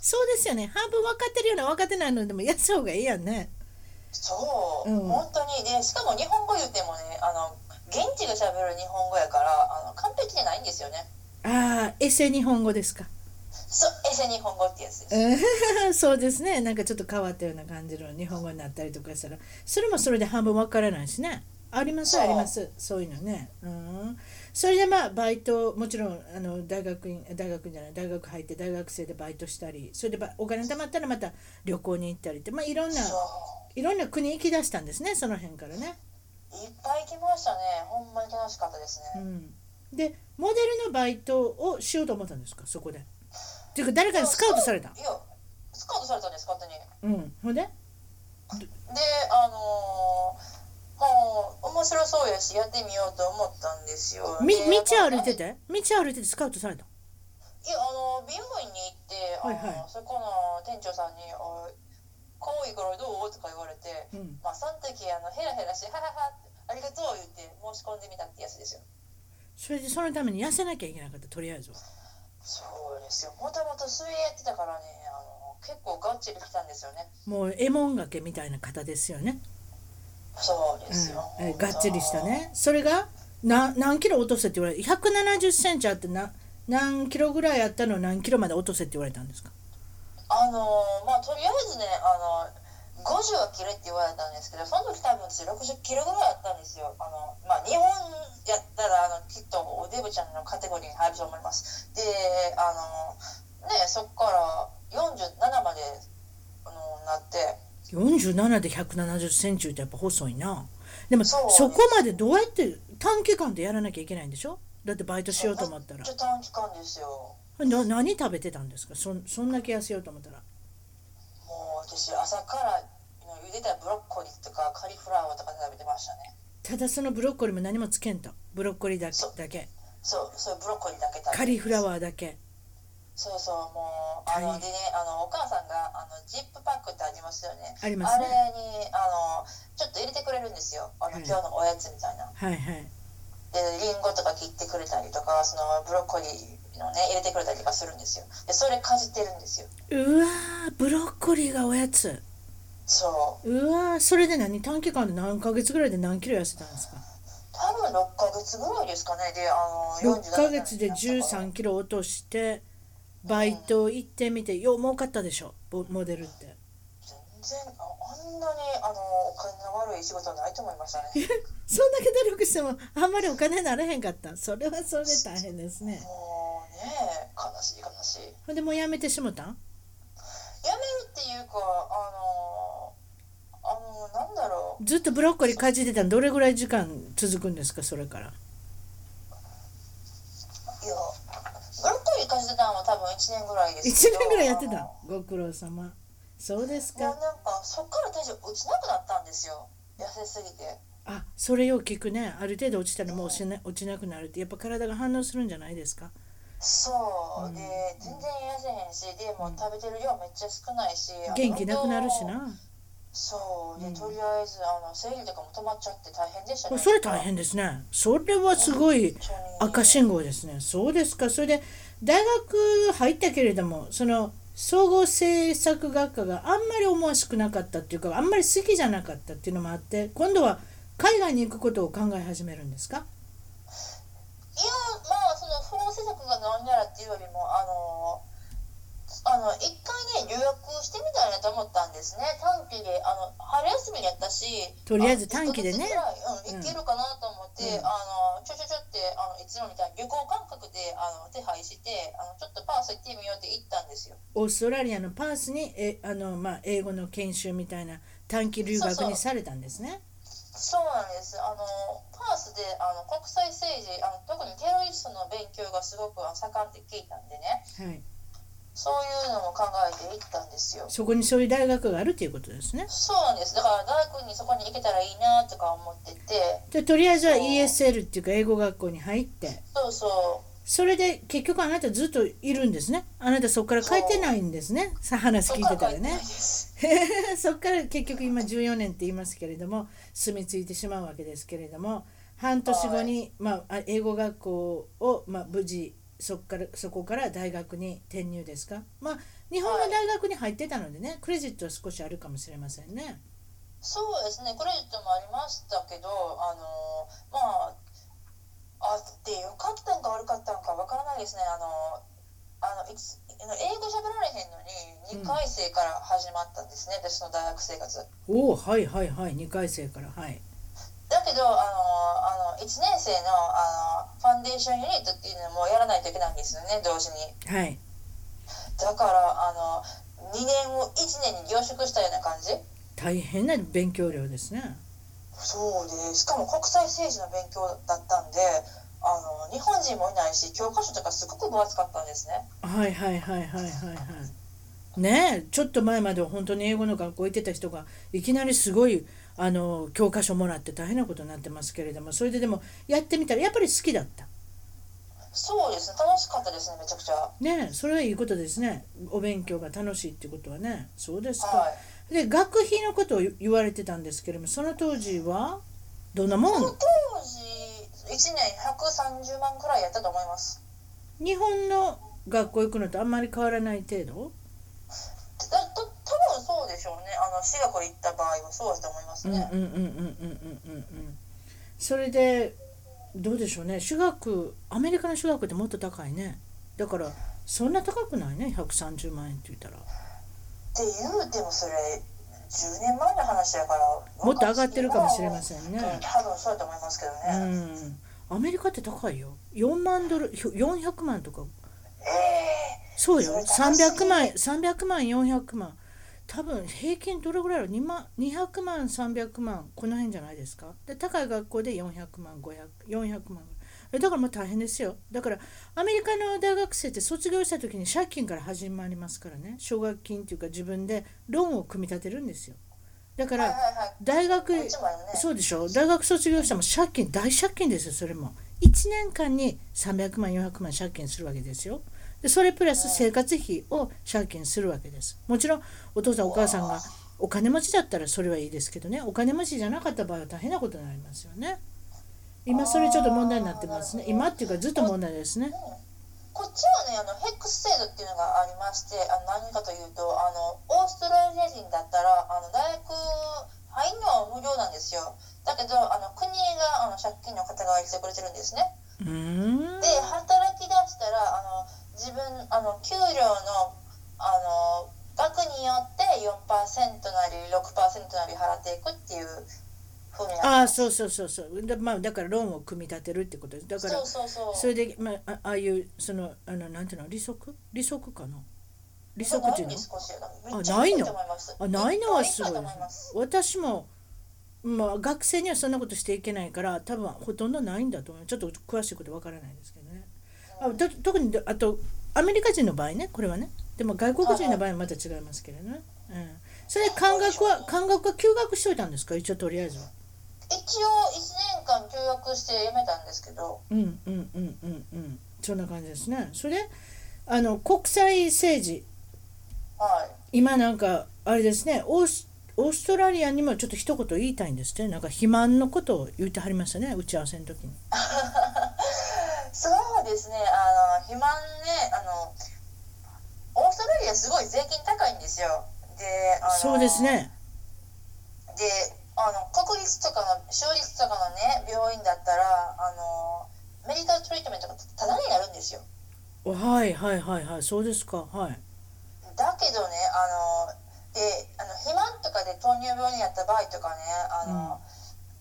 Speaker 1: そうですよね半分分かってるような分かってないのでもやった方がいいやんね
Speaker 2: そう、
Speaker 1: うん
Speaker 2: 本当にで、しかも日本語言ってもね、あの現地が喋る日本語やから、あの完璧じゃないんですよね。
Speaker 1: ああエセ日本語ですか
Speaker 2: そう、エセ日本語ってやつです。
Speaker 1: うん そうですねなんかちょっと変わったような感じの日本語になったりとかしたらそれもそれで半分わからないしねあります
Speaker 2: そう
Speaker 1: ありますそういうのねうんそれでまあバイトもちろんあの大学院大学じゃない大学入って大学生でバイトしたりそれでばお金貯まったらまた旅行に行ったりってまあいろんな
Speaker 2: そう。
Speaker 1: いろんな国行きだしたんですねその辺からね、
Speaker 2: いっぱい来ましたね。ほんまに楽しかったです
Speaker 1: う
Speaker 2: ね。
Speaker 1: ん、でモデルのバイトをしようと思ったんですかそこでっていうか誰かにスカウトされた
Speaker 2: いや、スカウトされたんです、勝手に。
Speaker 1: うんほんで
Speaker 2: であのーもう面白そうやしやってみようと思ったんですよ
Speaker 1: み
Speaker 2: で
Speaker 1: 道歩いて
Speaker 2: まあ
Speaker 1: て道歩いててスカウトされた
Speaker 2: いやあの美容院に行って、あの
Speaker 1: はいはい
Speaker 2: そこの店長さんに「あ可愛いからどう?」とか言われて、
Speaker 1: うん
Speaker 2: まあその時あのヘラヘラして「はははありがとう」言って申し込んでみたってやつですよ
Speaker 1: それでそのために痩せなきゃいけなかったとりあえずは
Speaker 2: そうですよもともと水泳やってたからねあの結構ガッチリ来たんですよね
Speaker 1: もうえもんがけみたいな方ですよね、
Speaker 2: そう
Speaker 1: う
Speaker 2: ですよ、
Speaker 1: ん、えがっちりしたねそれがな何キロ落とせって言われ1 7 0センチあってな何キロぐらいあったのを何キロまで落とせって言われたんですか
Speaker 2: あのまあとりあえずねあの50は切れって言われたんですけどその時多分私60キロぐらいあったんですよあの、まあ、日本やったらあのきっとおデブちゃんのカテゴリーに入ると思いますであのねそこから47まであのなって
Speaker 1: 47で1 7 0センチってやっぱ細いなでもそ
Speaker 2: そう
Speaker 1: こまでどうやって短期間でやらなきゃいけないんでしょだってバイトしようと思ったら
Speaker 2: めっちゃ短期間ですよ
Speaker 1: な何食べてたんですかそんそんだけ痩せようと思ったら
Speaker 2: もう私朝からもう茹でたブロッコリーとかカリフラワーとか食べてましたね
Speaker 1: ただそのブロッコリーも何もつけんとブロッコリーだけ
Speaker 2: そう
Speaker 1: だけ
Speaker 2: そうそうブロッコリーだけ食べて
Speaker 1: カリフラワーだけ
Speaker 2: そうそうもうあ
Speaker 1: は
Speaker 2: の
Speaker 1: い
Speaker 2: でねあのお母さんがあのジップパックってありますよね
Speaker 1: ありますね
Speaker 2: あれにあのちょっと入れてくれるんですよあ
Speaker 1: は
Speaker 2: の、
Speaker 1: い
Speaker 2: 今日のおやつみたい
Speaker 1: は
Speaker 2: な
Speaker 1: いはい
Speaker 2: でリンゴとか切ってくれたりとかそのブロッコリーのね入れてくれたりとかするんですよでそれかじってるんですよ
Speaker 1: うわーブロッコリーがおやつ
Speaker 2: そう
Speaker 1: うわーそれで何短期間で何ヶ月ぐらいで何キロ痩せたんですか
Speaker 2: 多分6ヶ月ぐらいですかねであの
Speaker 1: 6ヶ月で
Speaker 2: 47
Speaker 1: 13キロ落としてバイト行ってみてよう儲かったでしょボモデルって
Speaker 2: 全然ああんなにあのお金の悪い仕事はないと思いました ね
Speaker 1: そんだけ努力してもあんまりお金にならへんかったそれはそれで大変ですね
Speaker 2: もうね悲しい悲しい
Speaker 1: ほんでもうやめてしもたん
Speaker 2: やめるっていうかあのあのなんだろう
Speaker 1: ずっとブロッコリーかじってたのどれぐらい時間続くんですかそれから
Speaker 2: いやブロッコリーかじってたのは多分1年ぐらいで
Speaker 1: 1
Speaker 2: すけど
Speaker 1: 年ぐらいやって
Speaker 2: あ
Speaker 1: た
Speaker 2: の
Speaker 1: ご苦労様そうです
Speaker 2: もう
Speaker 1: か
Speaker 2: なんかそっから体重落ちなくなったんですよ痩せすぎて
Speaker 1: あそれよく聞くねある程度落ちたらもう落ちな落ちなくなるってやっぱ体が反応するんじゃないですか
Speaker 2: そうで全然痩せへんしでもう食べてる量めっちゃ少ないし
Speaker 1: 元気なくなるし
Speaker 2: あの
Speaker 1: な
Speaker 2: そう
Speaker 1: う
Speaker 2: で
Speaker 1: ん
Speaker 2: とりあえずあの生理とかも止まっちゃって大変でしたね
Speaker 1: それ大変ですねそれはすごい
Speaker 2: 本当
Speaker 1: 赤
Speaker 2: に
Speaker 1: 信号ですねそうですかそれで大学入ったけれどもその総合政策学科があんまり思わしくなかったっていうかあんまり好きじゃなかったっていうのもあって今度は海外に行くことを考え始めるんですか
Speaker 2: いやまあその法政策が何やらっていうよりもあのあの一回ね留学してみたいなと思ったんですね短期であの春休みやったし
Speaker 1: とりあえず短期でね
Speaker 2: あの一ヶ月ぐらいうん、行けるかなと思って、
Speaker 1: うん
Speaker 2: あのちょちょちょってあのいつもみたいに旅行感覚であの手配してあのちょっとパース行ってみようって行ったんですよ
Speaker 1: オーストラリアのパースにえあの、まあ、英語の研修みたいな短期留学にされたんですね。
Speaker 2: そうなんですあのパースであの国際政治あの特にテロリストの勉強がすごく盛んって聞いたんでね
Speaker 1: はい、
Speaker 2: そういうのも考えて行ったんですよ
Speaker 1: そこにそういう大学があるということですね。
Speaker 2: そうなんです。だから大学にそこに行けたらいいなとか思ってて、
Speaker 1: でとりあえずは
Speaker 2: そう
Speaker 1: ESL っていうか英語学校に入って
Speaker 2: そうそう。
Speaker 1: それで結局あなたずっといるんですねあなたそこから帰ってないんですねさ話
Speaker 2: そ
Speaker 1: 聞
Speaker 2: っ
Speaker 1: い
Speaker 2: か
Speaker 1: て
Speaker 2: ら
Speaker 1: たら
Speaker 2: 帰ってない
Speaker 1: ね
Speaker 2: です。
Speaker 1: そこから結局今14年って言いますけれども住み着いてしまうわけですけれども半年後に、まあ、あ英語学校を、まあ、無事そこからそこから大学に転入ですかまあ日本の大学に入ってたのでねクレジットは少しあるかもしれませんね
Speaker 2: そうですね。クレジットもありましたけど、あのまああってよかったんか悪かったんかわからないですね。あのあのいつあの英語喋られへんのに
Speaker 1: うん
Speaker 2: 2回生から始まったんですね、私の大学生活
Speaker 1: おおはいはいはい2回生からはい
Speaker 2: だけどあのあの1年生のあのファンデーションユニットっていうのもやらないといけないんですよね同時に
Speaker 1: はい
Speaker 2: だからあの2年を1年に凝縮したような感じ
Speaker 1: 大変な勉強量ですね
Speaker 2: そうでしかも国際政治の勉強だったんであの日本人もいないし教科書とかすごく分厚かったんですね
Speaker 1: はいはいはいはいはいはい。ねえちょっと前までは本当に英語の学校行ってた人がいきなりすごいあの教科書もらって大変なことになってますけれどもそれででもやってみたらやっぱり好きだった。
Speaker 2: そうですね楽しかったですねめちゃくちゃは
Speaker 1: ねえそれはいいことですねお勉強が楽しいってことはねそうですか。
Speaker 2: い
Speaker 1: で学費のことを言言われてたんですけれどもその当時はどんな
Speaker 2: こ
Speaker 1: も
Speaker 2: の
Speaker 1: ん
Speaker 2: 当時1年130万くらいやったと思います
Speaker 1: 日本の学校行くのとあんまり変わらない程度
Speaker 2: だと多分そうでしょうねあの私学校行った場合はそうだと思います
Speaker 1: うんうん
Speaker 2: ね、
Speaker 1: うんうんうんうんうんうんそれでどうでしょうね私学アメリカの私学ってもっと高いねだからそんな高くないね130万円って言ったら
Speaker 2: って言うてもそれ10年前の話やから
Speaker 1: もっと上がってるかもしれません
Speaker 2: う
Speaker 1: ね
Speaker 2: ん多分そうだと思いますけど
Speaker 1: う
Speaker 2: ね、
Speaker 1: んアメリカって高いよ4万ドルひょ400万とか
Speaker 2: え
Speaker 1: そうよ
Speaker 2: それ高すぎ
Speaker 1: 300万300万400万多分平均どれぐらいだろう2万200万300万この辺じゃないですかで高い学校で400万500400万えだからもう大変ですよだからアメリカの大学生って卒業した時に借金から始まりますからね奨学金っていうか自分でローンを組み立てるんですよだか
Speaker 2: ー、はいは
Speaker 1: ら
Speaker 2: いはい
Speaker 1: 大学
Speaker 2: こっちもあるね
Speaker 1: そうでしょ大学卒業しても借金大借金ですよそれも1年間に300万400万借金するわけですよでそれプラス生活費を借金するわけですもちろんお父さんお母さんがお金持ちだったらそれはいいですけどねお金持ちじゃなかった場合は大変なことになりますよね今それちょっと問題になってますね
Speaker 2: あー
Speaker 1: 今っていうかずっと問題ですね
Speaker 2: こっちはねあのヘックス制度っていうのがありましてあの何かというとあのオーストラリア人だったらあの大学入るのは無料なんですよだけどあの国があの借金の肩代わりしてくれてるんですね
Speaker 1: うーん
Speaker 2: で働き出したらあの自分あの給料のあの額によって4%なり6%なり払っていくっていうふうに
Speaker 1: あ
Speaker 2: なってま
Speaker 1: あ
Speaker 2: す
Speaker 1: そうそうそうそうだ,、まあ、だからローンを組み立てるってことですだから
Speaker 2: そうそう
Speaker 1: そ
Speaker 2: そう
Speaker 1: れで、まあ、あああいうそのあのなんていうの利息利息かな利息っていうの
Speaker 2: の
Speaker 1: あないのあ
Speaker 2: あ
Speaker 1: ないのはすごい
Speaker 2: と
Speaker 1: で
Speaker 2: 思います
Speaker 1: す私も、まあ、学生にはそんなことしていけないから多分ほとんどないんだと思うちょっと詳しいことわからないですけどねあと特にあとアメリカ人の場合ねこれはねでも外国人の場合はまた違いますけどね、うん、それで漢学は漢学は休学しておいたんですか一応とりあえずは
Speaker 2: 一応1年間休学して辞めたんですけど
Speaker 1: うんうんうんうんうんそんな感じですねそれであの国際政治
Speaker 2: はい
Speaker 1: 今なんかあれですねオースオーストラリアにもちょっと一言言いたいんですってなんか肥満のことを言ってはりましたね打ち合わせの時に
Speaker 2: そうですねあの肥満ねあのオーストラリアすごい税金高いんですよであの
Speaker 1: そうですね
Speaker 2: であの国立とかの州立とかのね病院だったらあのメディカルトリートメントがただになるんですよ
Speaker 1: おはいはいはいはいそうですかはい
Speaker 2: だけどねあのであの肥満とかで糖尿病になった場合とかねあの、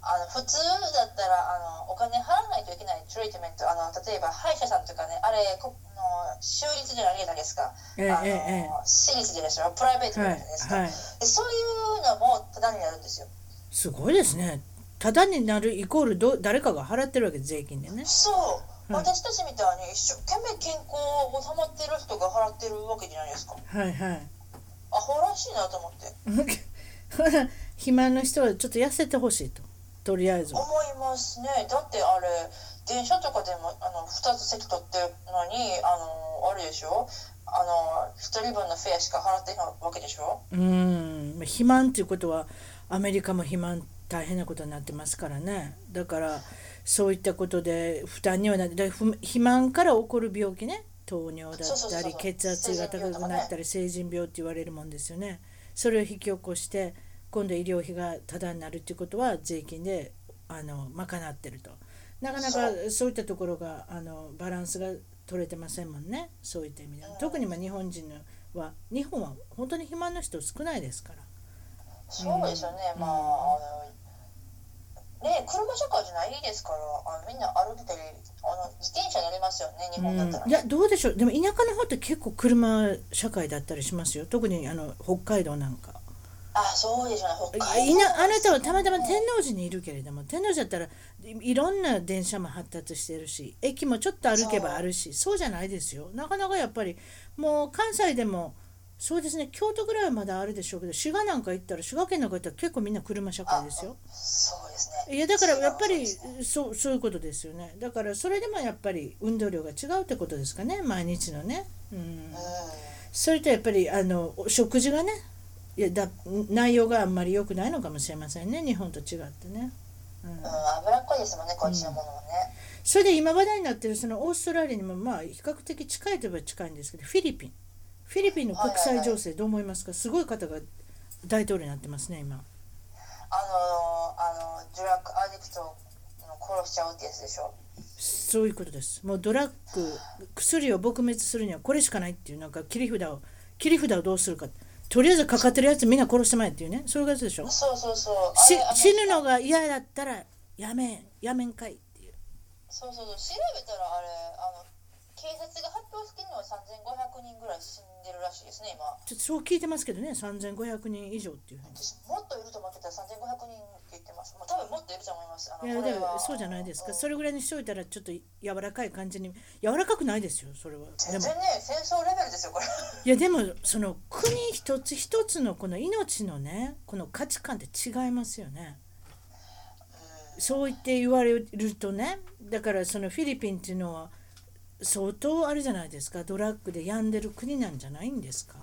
Speaker 2: あの普通だったらあのお金払わないといけないトリートメントあの例えば歯医者さんとかねあれこあの州立じゃないじゃないですか、
Speaker 1: ええ
Speaker 2: あ
Speaker 1: え
Speaker 2: の私立じゃないですかプライベート
Speaker 1: ええ
Speaker 2: じ
Speaker 1: は
Speaker 2: ゃないいです
Speaker 1: はい
Speaker 2: か、でそういうのもただになるんですよ
Speaker 1: すごいですねただになるイコールど誰かが払ってるわけ税金でね
Speaker 2: そう、
Speaker 1: はい
Speaker 2: 私たちみたいに一生懸命健康を保ってる人が払ってるわけじゃないですか
Speaker 1: はいはい
Speaker 2: アホらしいなと思って
Speaker 1: ほら肥満の人はちょっと痩せてほしいととりあえず
Speaker 2: 思
Speaker 1: はい
Speaker 2: ますねだってあれ電車とかでもあの2つ席取ってるのにあのあれでしょあの1人分のフェアしか払ってないわけでしょ
Speaker 1: うーん肥満ということはアメリカも肥満大変なことになってますからねだからそういったことで負担にはなってだからふ肥満から起こる病気ね糖尿だ
Speaker 2: そうそ
Speaker 1: っ
Speaker 2: うそ
Speaker 1: た
Speaker 2: うそ
Speaker 1: り
Speaker 2: う
Speaker 1: 血圧が高くなったり成人病って言われるもんですよねそれを引き起こして今度医療費がタダになるっていうことは税金であの賄ってるとなかなかそういったところがあのバランスが取れてませんもんねそういった意味では
Speaker 2: うん
Speaker 1: 特にまあ日本人のは日本は本当に肥満の人少ないですから
Speaker 2: そうですよね、
Speaker 1: うん
Speaker 2: まああのね車社会じゃないですからあのみんな歩いたりあの自転車になりますよね日本だったら、
Speaker 1: いやどうでしょうでも田舎の方って結構車社会だったりしますよ特にあの北海道なんか
Speaker 2: あそうですよね北
Speaker 1: い
Speaker 2: 海道
Speaker 1: なあなたはたまたま天王寺にいるけれども天王寺だったらいいろんな電車も発達してるし駅もちょっと歩けばあるしそうじゃないですよなかなかやっぱりもう関西でもそうですね京都ぐらいはまだあるでしょうけど滋賀なんか行ったら滋賀県なんか行ったら結構みんな車社会ですよ。
Speaker 2: そうですね
Speaker 1: いやだからやっぱ
Speaker 2: そうで
Speaker 1: り
Speaker 2: すね
Speaker 1: そうそういうことですよねだからそれでもやっぱり運動量が違うってことですかね毎日のね、うん
Speaker 2: う、ん
Speaker 1: それとやっぱりあのお食事がねいやだ内容があんまり良くないのかもしれませんね日本と違ってね、うん
Speaker 2: うん、脂っこいですもんねこっちのものもね、
Speaker 1: それで今話題になってるそのオーストラリアにもまあ比較的近いといえば近いんですけどフィリピンフィリピンの国際情勢どう思いますかすごい方が大統領になってますね今
Speaker 2: あのあのドラッグアディクトの殺しちゃうってやつでしょ
Speaker 1: そういうことです。もうドラッグ、薬を撲滅するにはこれしかないっていう、なんか切り札を、切り札をどうするか。とりあえずかかってるやつみんな殺してまえっていうねそういうやつでしょ
Speaker 2: そうそうそう
Speaker 1: し
Speaker 2: あれあの
Speaker 1: 死ぬのが嫌だったらやめんやめんかいっていう
Speaker 2: そうそうそう調べたらあれあの警察が発表してるのは3500人ぐらい死んでるらしいですね今
Speaker 1: ちょっとそう聞いてますけどね3500人以上っていうふうに
Speaker 2: 私もっといると思ってたら3500人って言ってますもう多分もっといると思いますあの
Speaker 1: いや
Speaker 2: これ
Speaker 1: で
Speaker 2: は
Speaker 1: もそうじゃないですか
Speaker 2: うん
Speaker 1: それぐらいにしといたらちょっと柔らかい感じに柔らかくないですよそれはで
Speaker 2: 全
Speaker 1: も
Speaker 2: 然ね戦争レベルですよこれ
Speaker 1: いやでもその国一つ一つのこの命のねこの価値観って違いますよねそう言って言われるとねだからそのフィリピンっていうのは相当あれじゃないですかドラッグで病んでる国なんじゃないんですか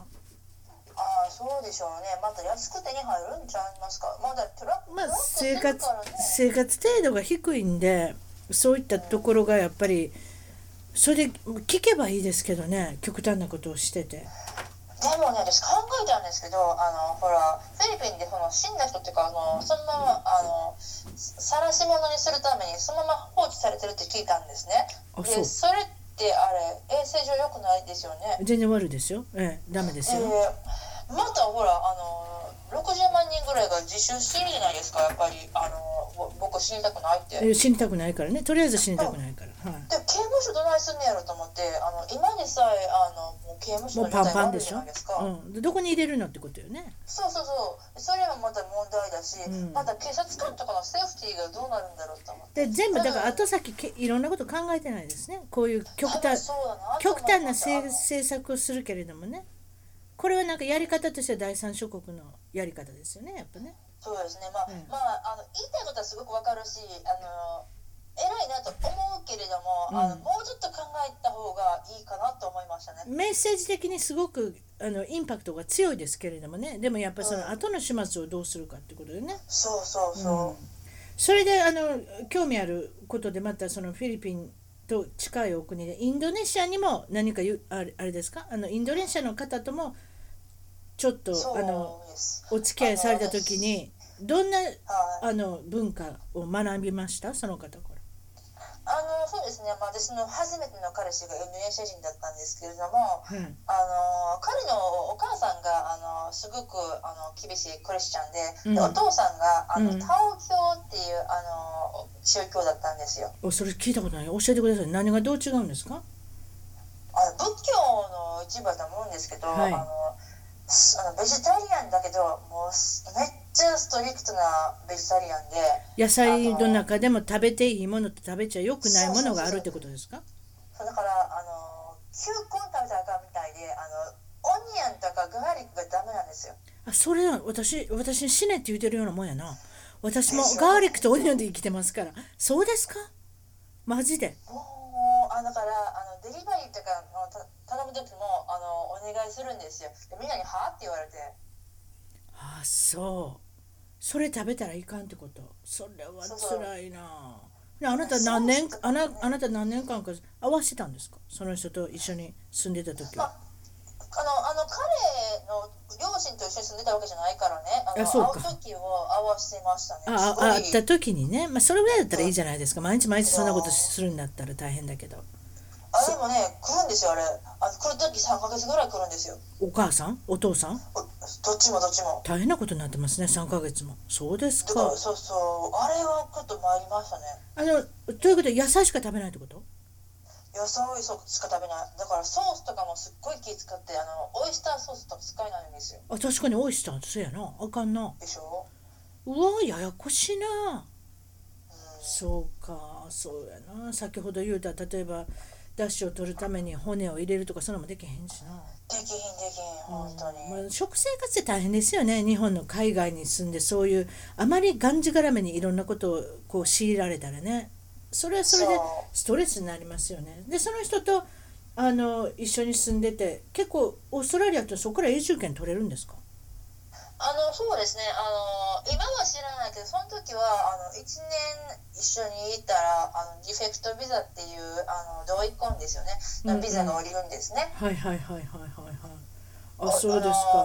Speaker 2: ああそうでしょうねまた安く手に入るんちゃいますかまだトラック
Speaker 1: まあ
Speaker 2: トラック
Speaker 1: 生
Speaker 2: してる
Speaker 1: 活
Speaker 2: からね
Speaker 1: 生活程度が低いんでそういったところがやっぱりそれで聞けばいいですけどね極端なことをしてて。
Speaker 2: でもね私考えたんですけどあのほらフィリピンでその死んだ人っていうかあのそのままあのさらし物にするためにそのまま放置されてるって聞いたんですね
Speaker 1: あそう
Speaker 2: でそれってあれ衛生上良くないですよね
Speaker 1: 全然悪いですよ。ええ、ダメです
Speaker 2: え
Speaker 1: よ。
Speaker 2: ーまたほらあの60万人ぐらいが自習してるじゃないですかやっぱりあのぼ僕死にたくないって
Speaker 1: ええ死にたくないからね。とりあえず死にたくないから。はい。
Speaker 2: で刑務所どないすんねやろと思ってあの今でさえあのもう刑務所
Speaker 1: もう
Speaker 2: の
Speaker 1: パ
Speaker 2: 状
Speaker 1: ン
Speaker 2: 態
Speaker 1: パ
Speaker 2: が
Speaker 1: ン
Speaker 2: あ
Speaker 1: で
Speaker 2: るじ
Speaker 1: し
Speaker 2: ゃ
Speaker 1: ょ
Speaker 2: ないですか、。
Speaker 1: うん。でどこに入れるのってことよね。
Speaker 2: そうそうそうそれもまた問題だし、
Speaker 1: うん
Speaker 2: また警察官とかのセーフティーがどうなるんだろうと思って
Speaker 1: で全部だから
Speaker 2: うん
Speaker 1: 後先けいろんなこと考えてないですね。こういう極
Speaker 2: 多分
Speaker 1: 端
Speaker 2: そうだなと思
Speaker 1: 極
Speaker 2: いま
Speaker 1: 端な
Speaker 2: したあ
Speaker 1: 政
Speaker 2: の
Speaker 1: 政策をするけれどもね。これはなんかやり方としては第三諸国のやり方ですよね。やっぱね。
Speaker 2: そうですねまあ、
Speaker 1: うん
Speaker 2: まああの言いたいことはすごくわかるしあの偉いなと思うけれども、あ
Speaker 1: うん
Speaker 2: のもうちょっと考えた方がいいかなと思いましたね
Speaker 1: メッセージ的にすごくあのインパクトが強いですけれどもね。でもやっぱその後の始末をどうするかってことでね。
Speaker 2: そうそうそう、
Speaker 1: それであの興味あることでまたそのフィリピンと近いお国でインドネシアにも何かゆあれあれですかあのインドネシアの方ともちょっと
Speaker 2: そ
Speaker 1: あの
Speaker 2: うです
Speaker 1: お付き合いされた時にどんな
Speaker 2: はい
Speaker 1: あの文化を学びましたその方から。
Speaker 2: あのそうですね、まあ、私の初めての彼氏がインドネシア人だったんですけれども
Speaker 1: うん
Speaker 2: あの彼のお母さんがあのすごくあの厳しいクリスチャンで,で、
Speaker 1: うん
Speaker 2: お父さんがあの、
Speaker 1: うん
Speaker 2: タオ教っていうあの宗教だったんですよ
Speaker 1: おそれ聞いたことない教えてください何がどう違うんですか
Speaker 2: あの仏教の一部だと思うんですけど、
Speaker 1: はい
Speaker 2: あのすあのベジタリアンだけどもうすめっちゃストリクトなベジタリアンで
Speaker 1: 野菜の中でも食べていいものと食べちゃよくないものがあるってことですか
Speaker 2: そうだからあの球根食べたらあかんみたいであのオニオンとかガーリックがダメなんですよ
Speaker 1: あそれは私私死ねって言うてるようなもんやな私もガーリックとオニオンで生きてますからそうですかマジで
Speaker 2: もうあだからあのデリバリーとかのた頼む時もあのお願いするんですよでみんなに「はあ?」って言われて
Speaker 1: あそうそれ食べたらいかんってことそれは辛いなねあなた何年あなあなた何年間か合わせてたんですかその人と一緒に住んでた時は
Speaker 2: あのあの彼の両親と一緒に住んでたわけじゃないからねあ
Speaker 1: あ
Speaker 2: の
Speaker 1: そうか
Speaker 2: 会う時を合わせてましたね
Speaker 1: あ
Speaker 2: す
Speaker 1: あ
Speaker 2: ご
Speaker 1: あ会った
Speaker 2: い
Speaker 1: 時にね、まあ、それぐらいだったらいいじゃないですか毎日毎日そんなことするんだったら大変だけど
Speaker 2: あでもね来るんですよあれあの来る時3ヶ月ぐらい来るんですよ
Speaker 1: お母さんお父さん
Speaker 2: おどっちもどっちも
Speaker 1: 大変なことになってますね3ヶ月もそうですか
Speaker 2: だからそうそうあれはちょっと参りましたね
Speaker 1: あのということで野菜しか食べないってこと
Speaker 2: 野菜しか食べないだからソースとかもすっごい気使ってあのオイスターソースとか使えないんですよ
Speaker 1: あ確かにオイスターそうやなあかんな
Speaker 2: でしょ
Speaker 1: うわややこしいな
Speaker 2: うん
Speaker 1: そうかそうやな先ほど言うた例えばだしを取るために骨を入れるとかそんなのもできへんしな
Speaker 2: できひんできひん本当に、
Speaker 1: まあ食生活って大変ですよね日本の海外に住んでそういうあまりがんじがらめにいろんなことをこう強いられたらねそれはそれで
Speaker 2: そう
Speaker 1: ストレスになりますよねでその人とあの一緒に住んでて結構オーストラリアってそこから永住権取れるんですか
Speaker 2: あのそうですねあの今は知らないけどその時はあの1年一緒にいたらあのディフェクトビザっていうあの同意婚ですよね
Speaker 1: うんうん
Speaker 2: のビザが下りるんですね、
Speaker 1: はいはいはいはいはいはいあそうですか、
Speaker 2: あ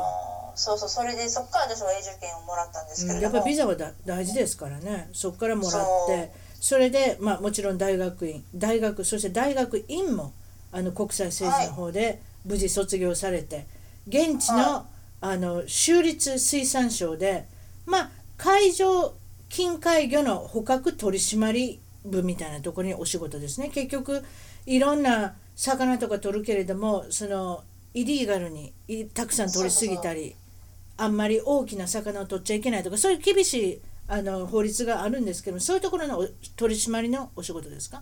Speaker 2: のそうそうそれでそこから私は永住権をもらったんですけ
Speaker 1: うん、
Speaker 2: れ
Speaker 1: や
Speaker 2: ど
Speaker 1: っ
Speaker 2: も、
Speaker 1: ぱりビザはだ大事ですからねそこからもらってそれで、まあ、もちろん大学院大学そして大学院もあの国際政治の方で無事卒業されて現地の、
Speaker 2: は
Speaker 1: あの州立水産省で、まあ、海上近海魚の捕獲取締部みたいなところにお仕事ですね結局いろんな魚とか取るけれどもそのイリーガルにいたくさん取りすぎたりあんまり大きな魚を取っちゃいけないとかそういう厳しいあの法律があるんですけどもそういうところのお取り締まりのお仕事ですか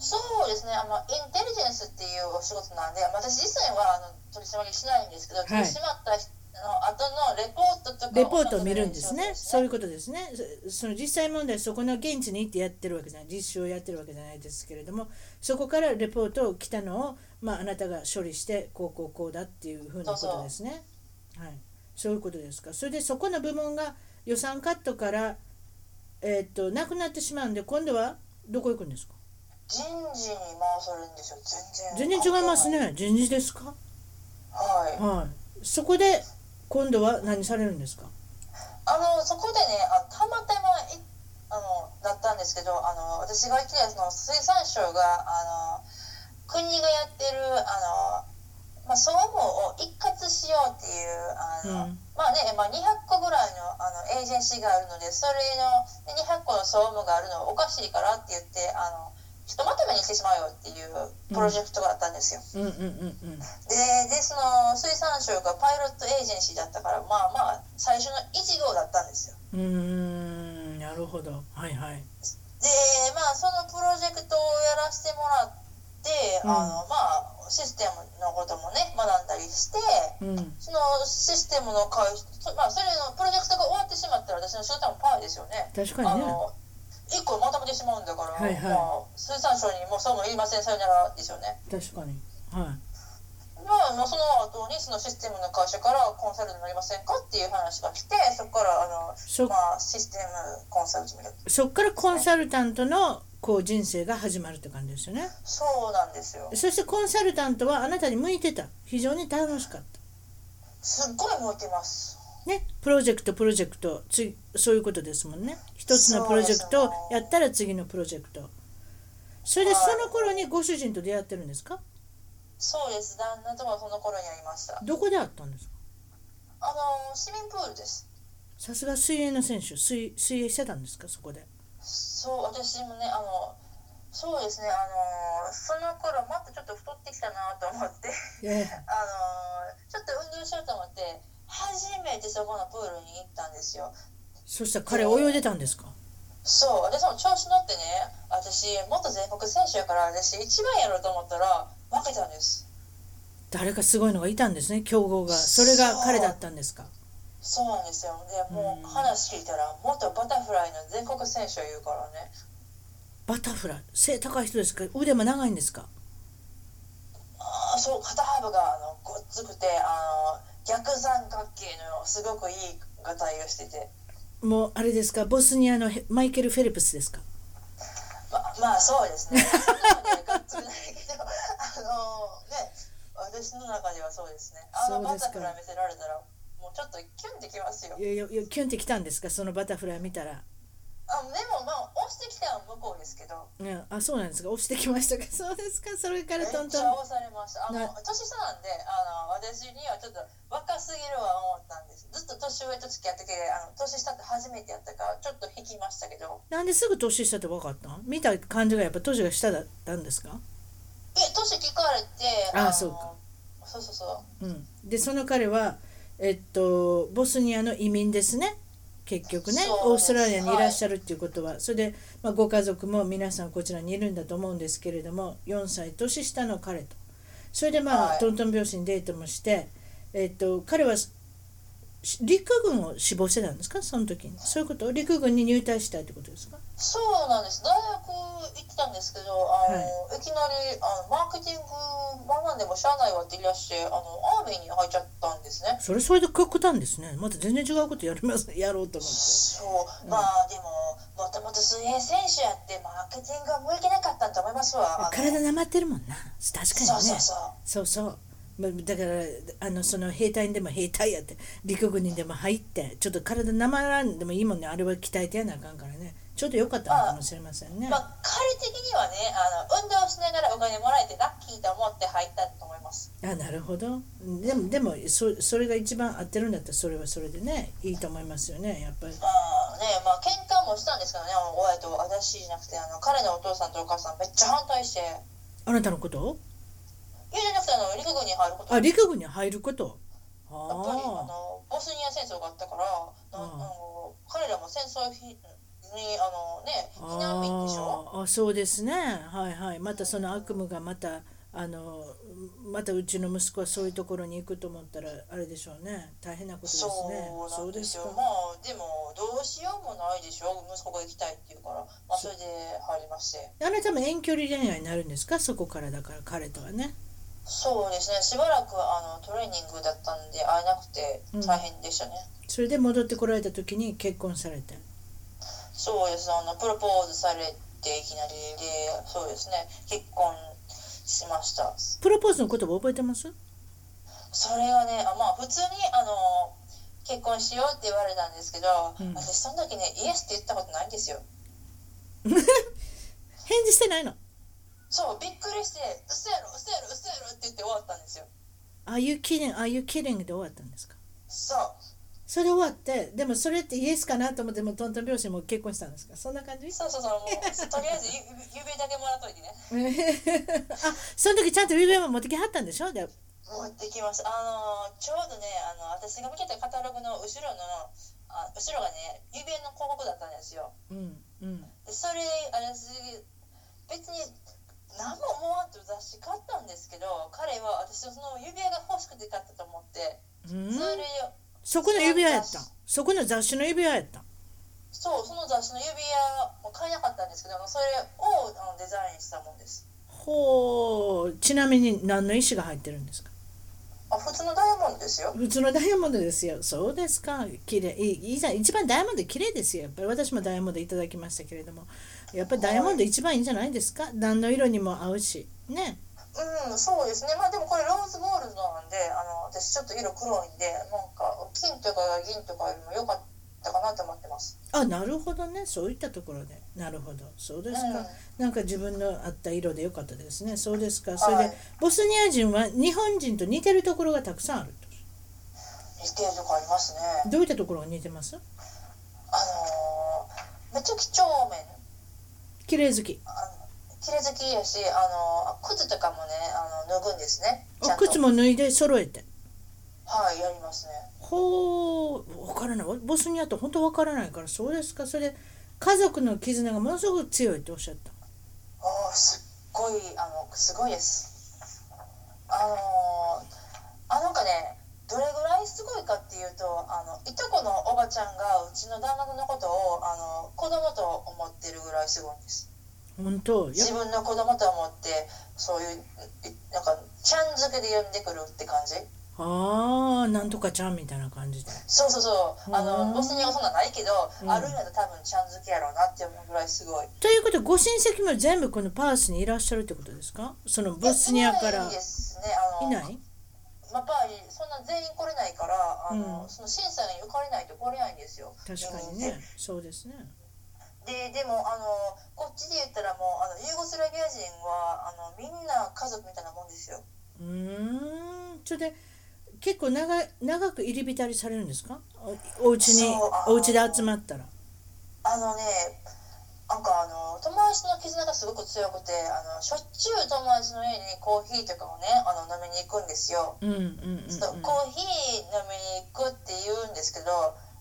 Speaker 2: そうですねあの、インテリジェンスっていうお仕事なんで、私自身はあの取り締まりしないんですけど、取り締まった人の後のレポートとか
Speaker 1: レポートを見るんですねそういう
Speaker 2: こ
Speaker 1: ことですねそその実際問題そこの現地に行ってやってるわけじゃない実習をやってるわけじゃないですけれどもそこからレポートを来たのを、まあ、あなたが処理してこうこうこうだっていうふうなことですねはいそういうことですかそれでそこの部門が予算カットからえーっとなくなってしまうんで今度はどこ行くんですか
Speaker 2: 人事に回されるんですよ、
Speaker 1: 全
Speaker 2: 全然。
Speaker 1: 然違います。ね人事ですか
Speaker 2: はい。
Speaker 1: はいそこで今度は何されるんですか
Speaker 2: あのそこでねあたまたまいあのだったんですけどあの私が行ってたその水産省があの国がやってるあの、まあ、総務を一括しようっていうあの、
Speaker 1: うん
Speaker 2: まあね、まあ、200個ぐらいのあのエージェンシーがあるのでそれので200個の総務があるのおかしいからって言ってあのひとまとめにしてしまうよっていうプロジェクトがあったんです
Speaker 1: うんうん
Speaker 2: よ。
Speaker 1: うんうん
Speaker 2: ででその水産省がパイロットエージェンシーだったからまあまあ最初の1号だったんですよ。
Speaker 1: うーんなるほどはいはい
Speaker 2: でまあそのプロジェクトをやらせてもらって、
Speaker 1: うん
Speaker 2: あのまあシステムのこともね学んだりして
Speaker 1: うん
Speaker 2: そのシステムの開始そまあそれのプロジェクトが終わってしまったら私の仕事もパーですよね。
Speaker 1: 確か
Speaker 2: あ
Speaker 1: にね
Speaker 2: の一個まとめてしまうんだから、
Speaker 1: はいはい
Speaker 2: まあ、水産省にもうそうも言いませんさよならですよね。
Speaker 1: 確かには
Speaker 2: まあ、もうその後にそのシステムの会社からコンサルになりませんかっていう話が来てそこからあの、
Speaker 1: そ
Speaker 2: まあ、システムコンサルティング
Speaker 1: いそっからコンサルタントのこう人生が始まるって感じですよね
Speaker 2: そうなんですよ
Speaker 1: そしてコンサルタントはあなたに向いてた非常に楽しかっ
Speaker 2: すっごい向いてます
Speaker 1: たねプロジェクトプロジェクトつそういうことですもんね一つのプロジェクトをやったら次のプロジェクトそれでその頃にご主人と出会ってるんですか
Speaker 2: そうです旦那とはその頃に会いましたあ
Speaker 1: どこで会ったんですか
Speaker 2: の市民プールです
Speaker 1: さすが水泳の選手水水泳してたんですかそこで
Speaker 2: そう私もねあのそうですねあのその頃またちょっと太ってきたなと思って
Speaker 1: ええ
Speaker 2: あのちょっと運動しようと思って初めてそこのプールに行ったんですよ
Speaker 1: そしたら彼泳いでたんですか
Speaker 2: そう私も調子乗ってね私元全国選手やから私一番やろうと思ったら負けたんです
Speaker 1: 誰かすごいのがいたんですね競合がそれが彼だったんですか
Speaker 2: そうなんですよでもう
Speaker 1: うん
Speaker 2: 話聞いたら元バタフライの全国選手を言うからね
Speaker 1: バタフライ背高い人ですか腕も長いんですか
Speaker 2: あーそう肩幅があのごっつくてあの逆三角形のすごくいいがたいをしてて
Speaker 1: もうあれですかボスニアのヘマイケル・フェルプスですか
Speaker 2: ままあそうで すねそんなまでがっつくないけどあのね私の中ではそうですねあの
Speaker 1: そう
Speaker 2: バ
Speaker 1: です
Speaker 2: タ
Speaker 1: か
Speaker 2: フライ見せられたらもうちょっとキュンってきますよ
Speaker 1: いやいやいやキュンってきたんですかそのバタフライ見たら、
Speaker 2: あでもまあ押してきたのは向こうですけど
Speaker 1: うん、あそうなんですか押してきましたか そうですかそれか
Speaker 2: め
Speaker 1: ら
Speaker 2: っちゃ
Speaker 1: トントン
Speaker 2: 押されましたあの
Speaker 1: な
Speaker 2: 年下なんであの私にはちょっと若すぎるは思ったんですずっと年上と付き合ってきてあの年下って初めてやったからちょっと引きましたけど
Speaker 1: なんですぐ年下って分かったん見た感じがやっぱ年が下だったんですか
Speaker 2: え年聞かれて
Speaker 1: あ
Speaker 2: の
Speaker 1: そうか
Speaker 2: そうそうそう
Speaker 1: うんでその彼はえっとボスニアの移民ですね結局ね
Speaker 2: そうです
Speaker 1: オーストラリアにいらっしゃるっていうことは、それで、まあ、ご家族も皆さんこちらにいるんだと思うんですけれども4歳年下の彼とそれでまあ、
Speaker 2: はい
Speaker 1: トントン拍子にデートもして、えっと、彼はし陸軍を志望してたんですかその時にそういうこと陸軍に入隊したいってことですか
Speaker 2: そうなんです大学行ってたんですけどあの、い、きなりあのマーケティング学んでもしゃあないわって言い出してあのアーミーに入っちゃったんですね
Speaker 1: それそれで極端ですねまた全然違うことやりますやろうと思って。
Speaker 2: そう、まあでももともと水泳選手やってマーケティングは向いてなかったと思いますわあの
Speaker 1: 体なまってるもんな確かにね
Speaker 2: そうそ
Speaker 1: そ
Speaker 2: うそう
Speaker 1: うそうまだからあのその兵隊にでも兵隊やって陸軍にでも入ってちょっと体なまらんでもいいもんねあれは鍛えてやなあかんからねちょっと良かったのかもしれませんね
Speaker 2: まあ彼的にはねあの運動しながらお金もらえてラッキーと思って入ったと思いますます。
Speaker 1: あなるほどでもでもそそれが一番合ってるんだったらそれはそれでねいいと思いますよねやっぱり
Speaker 2: まあね、まあ喧嘩もしたんですけどね、あの親と私じゃなくて、あの彼のお父さんとお母さんめっちゃ反対して、
Speaker 1: あなたのこと
Speaker 2: 家じゃなくてあの陸軍に入ること。
Speaker 1: あ陸軍に入ること
Speaker 2: やっぱりあ
Speaker 1: あ
Speaker 2: のボスニア戦争があったから、な
Speaker 1: うん
Speaker 2: あの彼らも戦争ひにあのね
Speaker 1: あ
Speaker 2: 避難民でしょ。
Speaker 1: ああそうですねはいはいまたその悪夢がまたあのまたうちの息子はそういうところに行くと思ったらあれでしょうね大変なことですね
Speaker 2: そうなんですよ。
Speaker 1: そう
Speaker 2: まあでもどうしようもないでしょ。息子が行きたいっていうから、まあそれで入りまして。
Speaker 1: かあなたも遠距離恋愛になるんですかそこからだから彼とはね
Speaker 2: そうですね。しばらくあのトレーニングだったんで会えなくて
Speaker 1: うん
Speaker 2: 大変でしたね。
Speaker 1: それで戻ってこられた時に結婚されて
Speaker 2: そうです。あのプロポーズされていきなりで、そうですね。結婚しました。
Speaker 1: プロポーズの言葉覚えてます
Speaker 2: それがねあまあ普通にあの結婚しようって言われたんですけど、
Speaker 1: うん
Speaker 2: 私その時ねイエスって言ったことないんですよ
Speaker 1: 返事してないの
Speaker 2: そうびっくりして「うそやろうそやろうそやろ」って言って終わったんですよ
Speaker 1: Are you kidding? Are you kidding? で終わったんですか
Speaker 2: そう
Speaker 1: それ終わってでもそれってイエスかなと思ってもうトントン拍子にもう結婚したんですかそんな感じ
Speaker 2: そうそうそうもうとりあえずゆ指だけもらっといてね
Speaker 1: あその時ちゃんと指輪も持ってきはったんでしょで
Speaker 2: 持ってきましたあのちょうどねあの私が見てたカタログの後ろのあ後ろがね指輪の広告だったんですよ
Speaker 1: うんうん
Speaker 2: でそれあれす別に何も思わんと雑誌買ったんですけど彼は私のその指輪が欲しくて買ったと思って
Speaker 1: うん
Speaker 2: それを
Speaker 1: そこの指輪やったんそこの雑誌の指輪やったん
Speaker 2: そうその雑誌の指輪も買えなかったんですけどそれをあのデザインしたもんです
Speaker 1: ほうちなみに何の石が入ってるんですか
Speaker 2: あ普通のダイヤモンドですよ
Speaker 1: 普通のダイヤモンドですよそうですか綺麗いいいじゃん一番ダイヤモンド綺麗ですよやっぱり私もダイヤモンドいただきましたけれどもやっぱりダイヤモンド一番いいんじゃないですか何の色にも合うしね
Speaker 2: うんそうですねまあでもこれローズゴールドなんであの私ちょっと色黒いんでなんか金とか銀とかよりも良かったかなと思ってます
Speaker 1: あなるほどねそういったところでなるほどそうです
Speaker 2: うん
Speaker 1: か、なんか自分の合った色でよかったですねそうですかそれで、
Speaker 2: はい
Speaker 1: ボスニア人は日本人と似てるところがたくさんあると
Speaker 2: 似てるとこありますね
Speaker 1: どういったところが似てます
Speaker 2: あのーめっちゃ几帳面
Speaker 1: 綺麗好き
Speaker 2: 綺麗好きやしあの靴とかもねあの脱ぐんですねちゃ
Speaker 1: あ
Speaker 2: んと
Speaker 1: 靴も脱いで揃えて
Speaker 2: はいやりますね
Speaker 1: ほう分からないボスニアって本当分からないからそうですかそれで家族の絆がものすごく強いっておっしゃった
Speaker 2: ああすっごいあのすごいですあのあなんかねどれぐらいすごいかっていうとあのいとこのおばちゃんがうちの旦那のことをあの子供と思ってるぐらいすごいんです
Speaker 1: 本当や
Speaker 2: 自分の子供と思ってそういういなんかちゃん付けで呼んでくるって感じ
Speaker 1: あーなんとかちゃんみたいな感じで
Speaker 2: そうそうそうあ
Speaker 1: うん
Speaker 2: のボスニアはそんなんないけど、
Speaker 1: うん
Speaker 2: あるんやったら多分ちゃん付けやろうなって思うぐらいすごい
Speaker 1: ということでご親戚も全部このパースにいらっしゃるってことですかそのボスニアから
Speaker 2: いない
Speaker 1: い
Speaker 2: ですねあの
Speaker 1: ない
Speaker 2: まあ、パーリーそんな全員来れないからあの、
Speaker 1: うん
Speaker 2: その審査に受かれないと来れないんですよ
Speaker 1: 確かにねそうですね
Speaker 2: ででもあのこっちで言ったらもうあのユーゴスラビア人はあのみんな家族みたいなもんですよ
Speaker 1: うーんそれで結構長い長く入り浸りされるんですかおお家に
Speaker 2: そうあー
Speaker 1: お家で集まったら
Speaker 2: あのねなんかあの友達の絆がすごく強くてあのしょっちゅう友達の家にコーヒーとかをねあの飲みに行くんですよ
Speaker 1: うんうんうん、うん、
Speaker 2: そうコーヒー飲みに行くって言うんですけど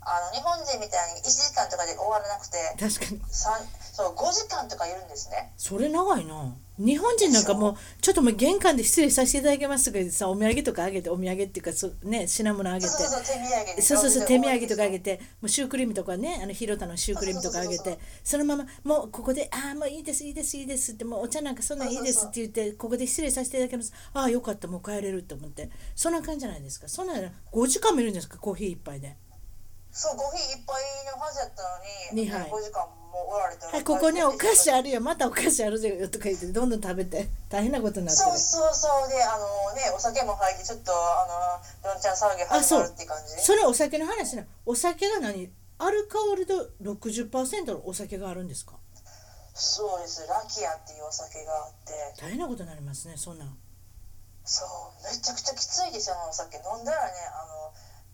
Speaker 2: あの日本人みたいに1時間とかで終わらなくて
Speaker 1: 確かに
Speaker 2: 三そう5時間とかいるんですね
Speaker 1: それ長いな日本人なんかもうちょっともう玄関で失礼させていただきますとかさお土産とかあげてお土産っていうかそね品物あげて
Speaker 2: そうそうそう手土産で
Speaker 1: そうそうそう
Speaker 2: お
Speaker 1: 手
Speaker 2: 店
Speaker 1: 土産とかあげ
Speaker 2: て
Speaker 1: てもうシュークリームとかねあの広田のシュークリームとかあげ
Speaker 2: そうそう
Speaker 1: て
Speaker 2: そ
Speaker 1: そのままもうここで「ああもういいですいいですいいです」って「もうお茶なんかそんなんいいです」って言ってここで失礼させていただきますああよかったもう帰れると思ってそんな感じじゃないですかそんな5時間もいるんですかコーヒー一杯で。
Speaker 2: そうコーヒーいっぱいのはずやったのに
Speaker 1: 二杯
Speaker 2: 5時間もおられたら
Speaker 1: はい、ここねお菓子
Speaker 2: あ
Speaker 1: あるよまたお菓子あるよとか言ってどんどん食べて大変なことになってる
Speaker 2: そうそうそうであのねお酒も入ってちょっとあのどんちゃん騒ぎ始まるって感じ
Speaker 1: それお酒の話なお酒が何アルカオル度60%のお酒があるんですか
Speaker 2: そうですラキアっていうお酒があって
Speaker 1: 大変なことになりますねそんなん
Speaker 2: そうめちゃくちゃきついですよお酒飲んだらねあの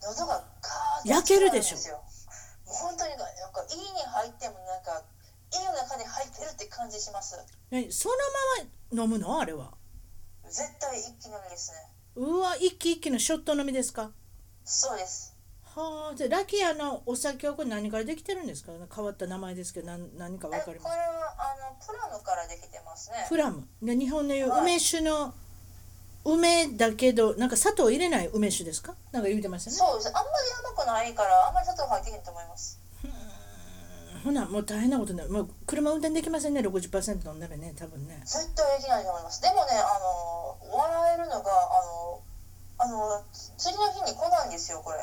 Speaker 2: 喉がカーッ
Speaker 1: 焼けるでしょ
Speaker 2: 熱くなるんですよもう本当になんか胃に入ってもなんか胃の中に入ってるって感じします
Speaker 1: えそのまま飲むのあれは
Speaker 2: 絶対一気飲みですね
Speaker 1: うわ一気一気のショット飲みですか
Speaker 2: そうです
Speaker 1: はあでラキアのお酒はこれ何からできてるんですか変わった名前ですけど何何か
Speaker 2: え
Speaker 1: 分
Speaker 2: こ
Speaker 1: か
Speaker 2: れ
Speaker 1: ります
Speaker 2: はあのプラムからできてますね
Speaker 1: プラムで日本でいう
Speaker 2: はい
Speaker 1: 梅酒の梅だけどなんか砂糖入れない梅酒ですかなんか言うてましたね
Speaker 2: そうですあんまり甘くないからあんまり砂糖入ってへんと思います
Speaker 1: ほなもう大変なことになるもう車運転できませんね60%飲んだらね多分ね
Speaker 2: 絶対できないと思いますでもねあの笑えるのがあのあの次の日に来ないんですよこれ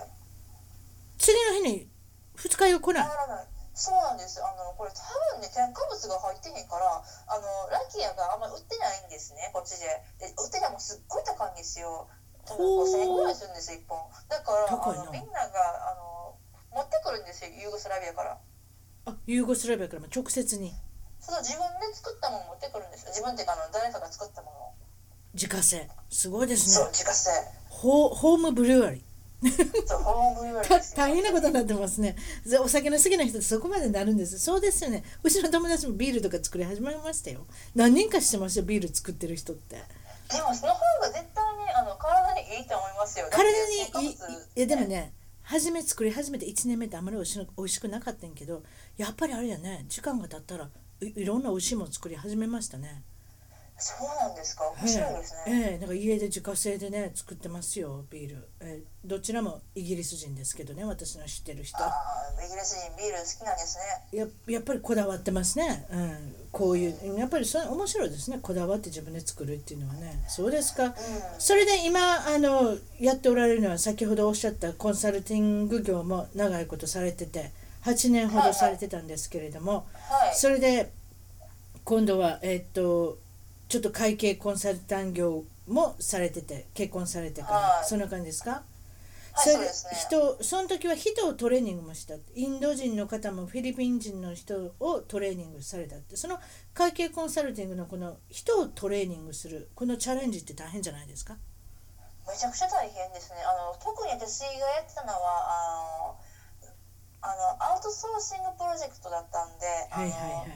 Speaker 1: 次の日に二日酔い来ない
Speaker 2: 変わらないそうなんですあのこれ多分ね添加物が入ってへんからあのラキアがあんまり売ってないんですねこっちでで売ってないもんすっごい高いんですよ多
Speaker 1: ほう
Speaker 2: 分5000円ぐらいするんですよ1本だから
Speaker 1: 高い
Speaker 2: あ
Speaker 1: な
Speaker 2: のみんながあの持ってくるんですよユーゴスラビアから
Speaker 1: あユーゴスラビアからも直接に
Speaker 2: その自分で作ったもの持ってくるんですよ自分っていうかあの誰かが作ったものを
Speaker 1: 自家製すごいです
Speaker 2: そう
Speaker 1: ね
Speaker 2: 自家製
Speaker 1: ホーホームブルワリー
Speaker 2: そうホームブリュワリー
Speaker 1: た
Speaker 2: ですよ
Speaker 1: 大変なことになってますねぜお酒の好きな人ってそこまでなるんですそうですよねうちの友達もビールとか作り始めましたよ何人かしてましたよビール作ってる人って
Speaker 2: でもその方が絶対ねあの体にいいと思いますよ
Speaker 1: 体
Speaker 2: だって
Speaker 1: にいいい
Speaker 2: 添加物
Speaker 1: やでもね初め作り始めて1年目ってあんまりおいしな美味しくなかったんやけどやっぱりあれだね時間が経ったらいいろんな美味しいもの作り始めましたね
Speaker 2: そうなんですか面白いですね、
Speaker 1: ええええだから家で自家製でね作ってますよビール、ええどちらもイギリス人ですけどね私の知ってる人
Speaker 2: ああイギリス人ビール好きなんですね
Speaker 1: ややっぱりこだわってますね、うん、こういうやっぱりそれ面白いですねこだわって自分で作るっていうのはねそうですか
Speaker 2: うん
Speaker 1: それで今あのやっておられるのは先ほどおっしゃったコンサルティング業も長いことされてて8年ほどされてたんですけれども、
Speaker 2: はい
Speaker 1: それで今度はえっとちょっと会計コンサルタント業もされてて結婚されてから、
Speaker 2: はい
Speaker 1: そんな感じですか
Speaker 2: はい
Speaker 1: れ
Speaker 2: そうですね
Speaker 1: 人をその時は人をトレーニングもしたインド人の方もフィリピン人の人をトレーニングされたってその会計コンサルティングのこの人をトレーニングするこのチャレンジって大変じゃないですか
Speaker 2: めちゃくちゃ大変ですねあの特に私がやってたのはあのあのアウトソーシングプロジェクトだったんで、
Speaker 1: はいはいは
Speaker 2: あの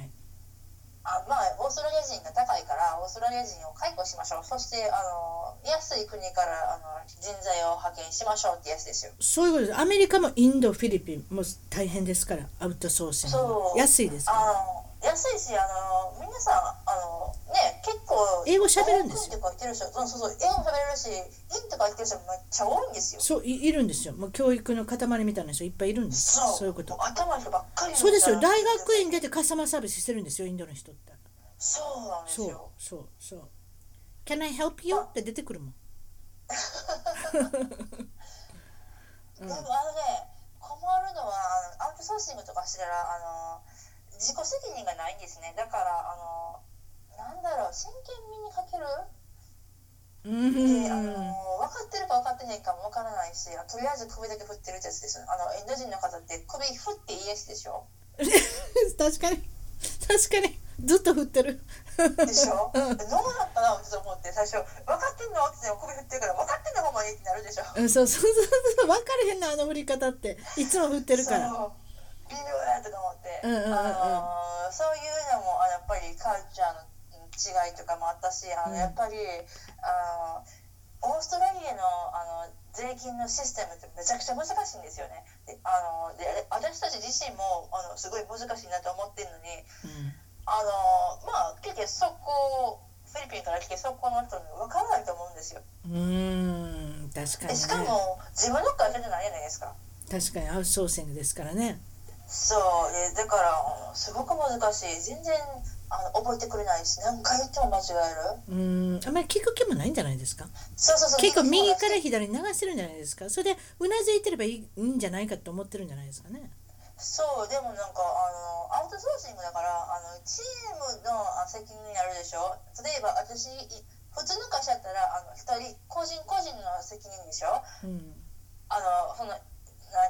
Speaker 2: あまあオーストラリア人が高いからオーストラリア人を解雇しましょうそしてあの安い国からあの人材を派遣しましょうってやつですよ
Speaker 1: いそういうことですアメリカもインドフィリピンも大変ですからアウトソーシング
Speaker 2: そう
Speaker 1: 安いですから
Speaker 2: あの安いしあの皆さんあのね結構
Speaker 1: 英語喋るんですよ
Speaker 2: 英語とか言ってる人そうそうそう英語喋れるしインとか言ってる人めっちゃ多いんですよ
Speaker 1: そういいるんですよもう教育の塊みたいな人いっぱいいるんです
Speaker 2: そう
Speaker 1: いうこと
Speaker 2: も頭の人ばっかり
Speaker 1: そうですよ大学院
Speaker 2: で
Speaker 1: 出てカスタマーサービスしてるんですよインドの人って
Speaker 2: そうなんです
Speaker 1: そう
Speaker 2: よ
Speaker 1: そうそう「Can I help you?」って出てくるもんうん
Speaker 2: でもあのね困るのはあのアウトソーシングとかしたらあの自己責任がないんですねだからあのなんだろう真剣味に欠ける
Speaker 1: う
Speaker 2: で、あ
Speaker 1: ーん
Speaker 2: の分かってるか分かってへんかも分からないしとりあえず首だけ振ってるってやつですあのインド人の方って首振ってイエスでしょ
Speaker 1: 確かに確かにずっと振ってる
Speaker 2: でしょどうなったなって思って最初分かってんのって言っても首振ってるから分かってんのほんまにってなるでしょ
Speaker 1: うんそうそうそうそう分かれへんなあの振り方っていつも振ってるから
Speaker 2: そう微妙やとか思って、
Speaker 1: うんうんうんうん
Speaker 2: あのーそういうのもあやっぱりカルチャーの違いとかもあったしあ
Speaker 1: うん
Speaker 2: のやっぱり、あのオーストラリアのあの税金のシステムってめちゃくちゃ難しいんですよね。であので私たち自身もあのすごい難しいなと思ってるのにあのまあ結局そこフィリピンから来てそこの人に分からないと思うんですよ。
Speaker 1: うんうーん確か
Speaker 2: で
Speaker 1: に
Speaker 2: しか
Speaker 1: ね
Speaker 2: も自分の会社じゃないじゃないですか。
Speaker 1: 確かにアウトソーシングですからね
Speaker 2: そうでだからすごく難しい全然あの覚えてくれないし何回言っても間違える
Speaker 1: うーんあんまり聞く気もないんじゃないですか
Speaker 2: そうそうそう
Speaker 1: 結構右から
Speaker 2: そう
Speaker 1: 左に流してるんじゃないですかそれでうなずいてればいいいいんじゃないかと思ってるんじゃないですかね
Speaker 2: そうでもなんかあのアウトソーシングだからあのチームのあ責任になるでしょ例えば私い普通の会社だったらあの1人個人個人の責任でしょ
Speaker 1: うん
Speaker 2: あのそのな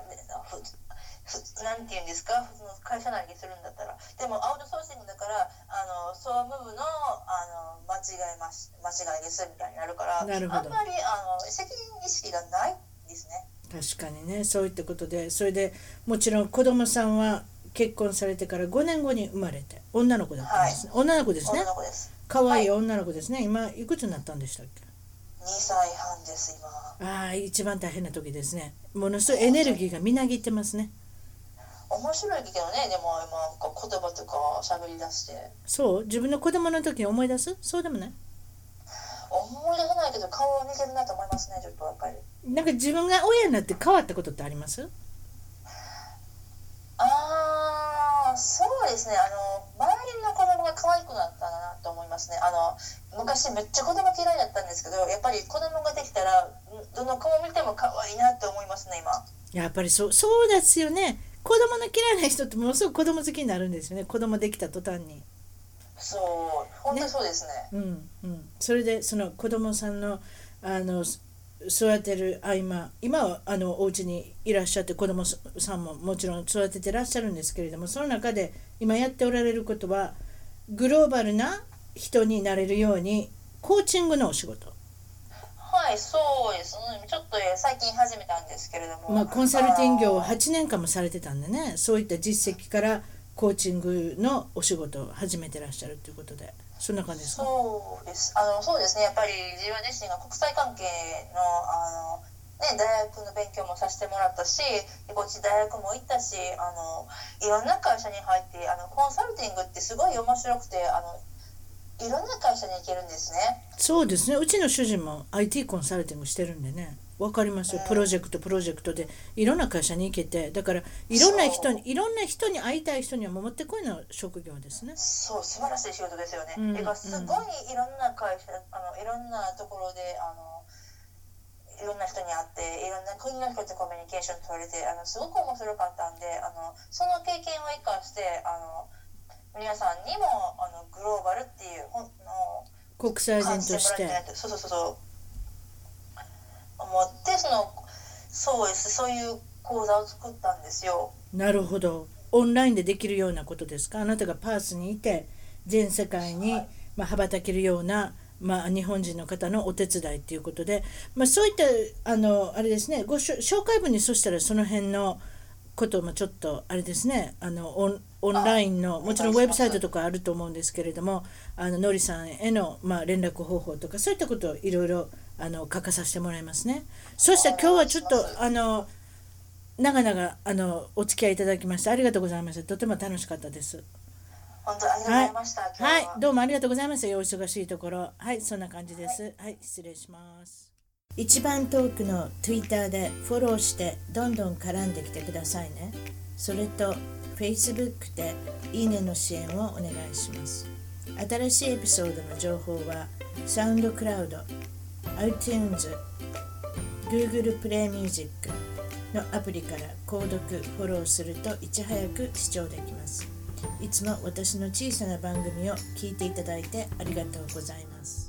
Speaker 2: んでふふなんて言うんですかその会社内にするんだったらでもアウトソーシングだからあの総務部のあの間違えまし間間違いですみたいになるから
Speaker 1: なるほど
Speaker 2: あんまりあの責任意識がないですね
Speaker 1: 確かにねそういったことでそれでもちろん子供さんは結婚されてから5年後に生まれて女の子だったんですね、女の子ですね
Speaker 2: 女の子です
Speaker 1: 可愛い女の子ですね今いくつになったんでしたっけ
Speaker 2: 2歳半です今
Speaker 1: ああ一番大変な時ですねものすごいエネルギーがみなぎってますね
Speaker 2: 面白いけどねでも今こう言葉とか喋り出して
Speaker 1: そう自分の子供の時思い出すそうでもない
Speaker 2: 思い出せないけど顔を似てるなと思いますねちょっとやっぱり
Speaker 1: なんか自分が親になって変わったことってあります
Speaker 2: ああそうですねあの周りの子供が可愛くなったなと思いますねあの昔めっちゃ子供嫌いだったんですけどやっぱり子供ができたらんどの子を見ても可愛いなって思いますね今
Speaker 1: やっぱりそうそうですよね子供の嫌いな人ってものすごく子供好きになるんですよね子供できた途端に
Speaker 2: そう本当にそうですね
Speaker 1: うんうんそれでその子供さんのあのす育てる合間今はあのお家にいらっしゃって子供さんももちろん育ててらっしゃるんですけれどもその中で今やっておられることはグローバルな人になれるようにコーチングのお仕事、
Speaker 2: はいそうです、うん、ちょっとえ最近始めたんですけれども
Speaker 1: まあ、コンサルティング業を8年間もされてたんでねそういった実績からコーチングのお仕事を始めてらっしゃるということでそんな感じですか
Speaker 2: そうです。あの、そうですね。やっぱり自分自身が国際関係の、あの。ね、大学の勉強もさせてもらったし、こっち大学も行ったし、あの。いろんな会社に入って、あの、コンサルティングってすごい面白くて、あの。いろんな会社に行けるんですね。
Speaker 1: そうですねうちの主人も IT コンサルティングしてるんでねわかりますよ
Speaker 2: うん
Speaker 1: プロジェクトプロジェクトでいろんな会社に行けてだからいろんな人にいろんな人に会いたい人にはもうもってこいの職業ですね
Speaker 2: そう、素晴らしい仕事ですよね。
Speaker 1: うん
Speaker 2: てかすごいいろんな会社、あの、いろんなところで、あの。いろんな人に会っていろんな国の人とコミュニケーション取れてあのすごく面白かったんであのその経験を生かしてあの皆さんにもあのグローバルっていうほんの
Speaker 1: 国際人
Speaker 2: 感じて
Speaker 1: とし
Speaker 2: もらいた
Speaker 1: て
Speaker 2: いなってそうそうそうそう思ってそのそうですそういう講座を作ったんですよ。
Speaker 1: なるほどオンラインでできるようなことですかあなたがパースにいて全世界に、
Speaker 2: はい
Speaker 1: まあ、羽ばたけるような、まあ、日本人の方のお手伝いということで、まあ、そういったあのあれですねごしょ紹介文にそしたらその辺のこともちょっとあれですねあのオンオンラインの
Speaker 2: あ
Speaker 1: もちろんウ
Speaker 2: お願
Speaker 1: ェブ
Speaker 2: いします
Speaker 1: サイトとかあると思うんですけれどもあののりさんへの、まあ、連絡方法とかそういったことをいろいろあの書かさせてもらいますね。そして今日はちょっ
Speaker 2: お願いします
Speaker 1: とあの長々あのお付き合いいただきましてありがとうございましたとても楽しかったです
Speaker 2: 本当にありがとうございました。今
Speaker 1: は
Speaker 2: 日
Speaker 1: い
Speaker 2: は
Speaker 1: どうもありがとうございましたお忙しいところはいそんな感じですはい、失礼します一番トークの Twitter でフォローしてどんどん絡んできてくださいねそれと Facebook でいいねの支援をお願いします新しいエピソードの情報はサウンドクラウド iTunes Google プレイミュージックのアプリから購読フォローするといち早く視聴できますいつも私の小さな番組を聞いていただいてありがとうございます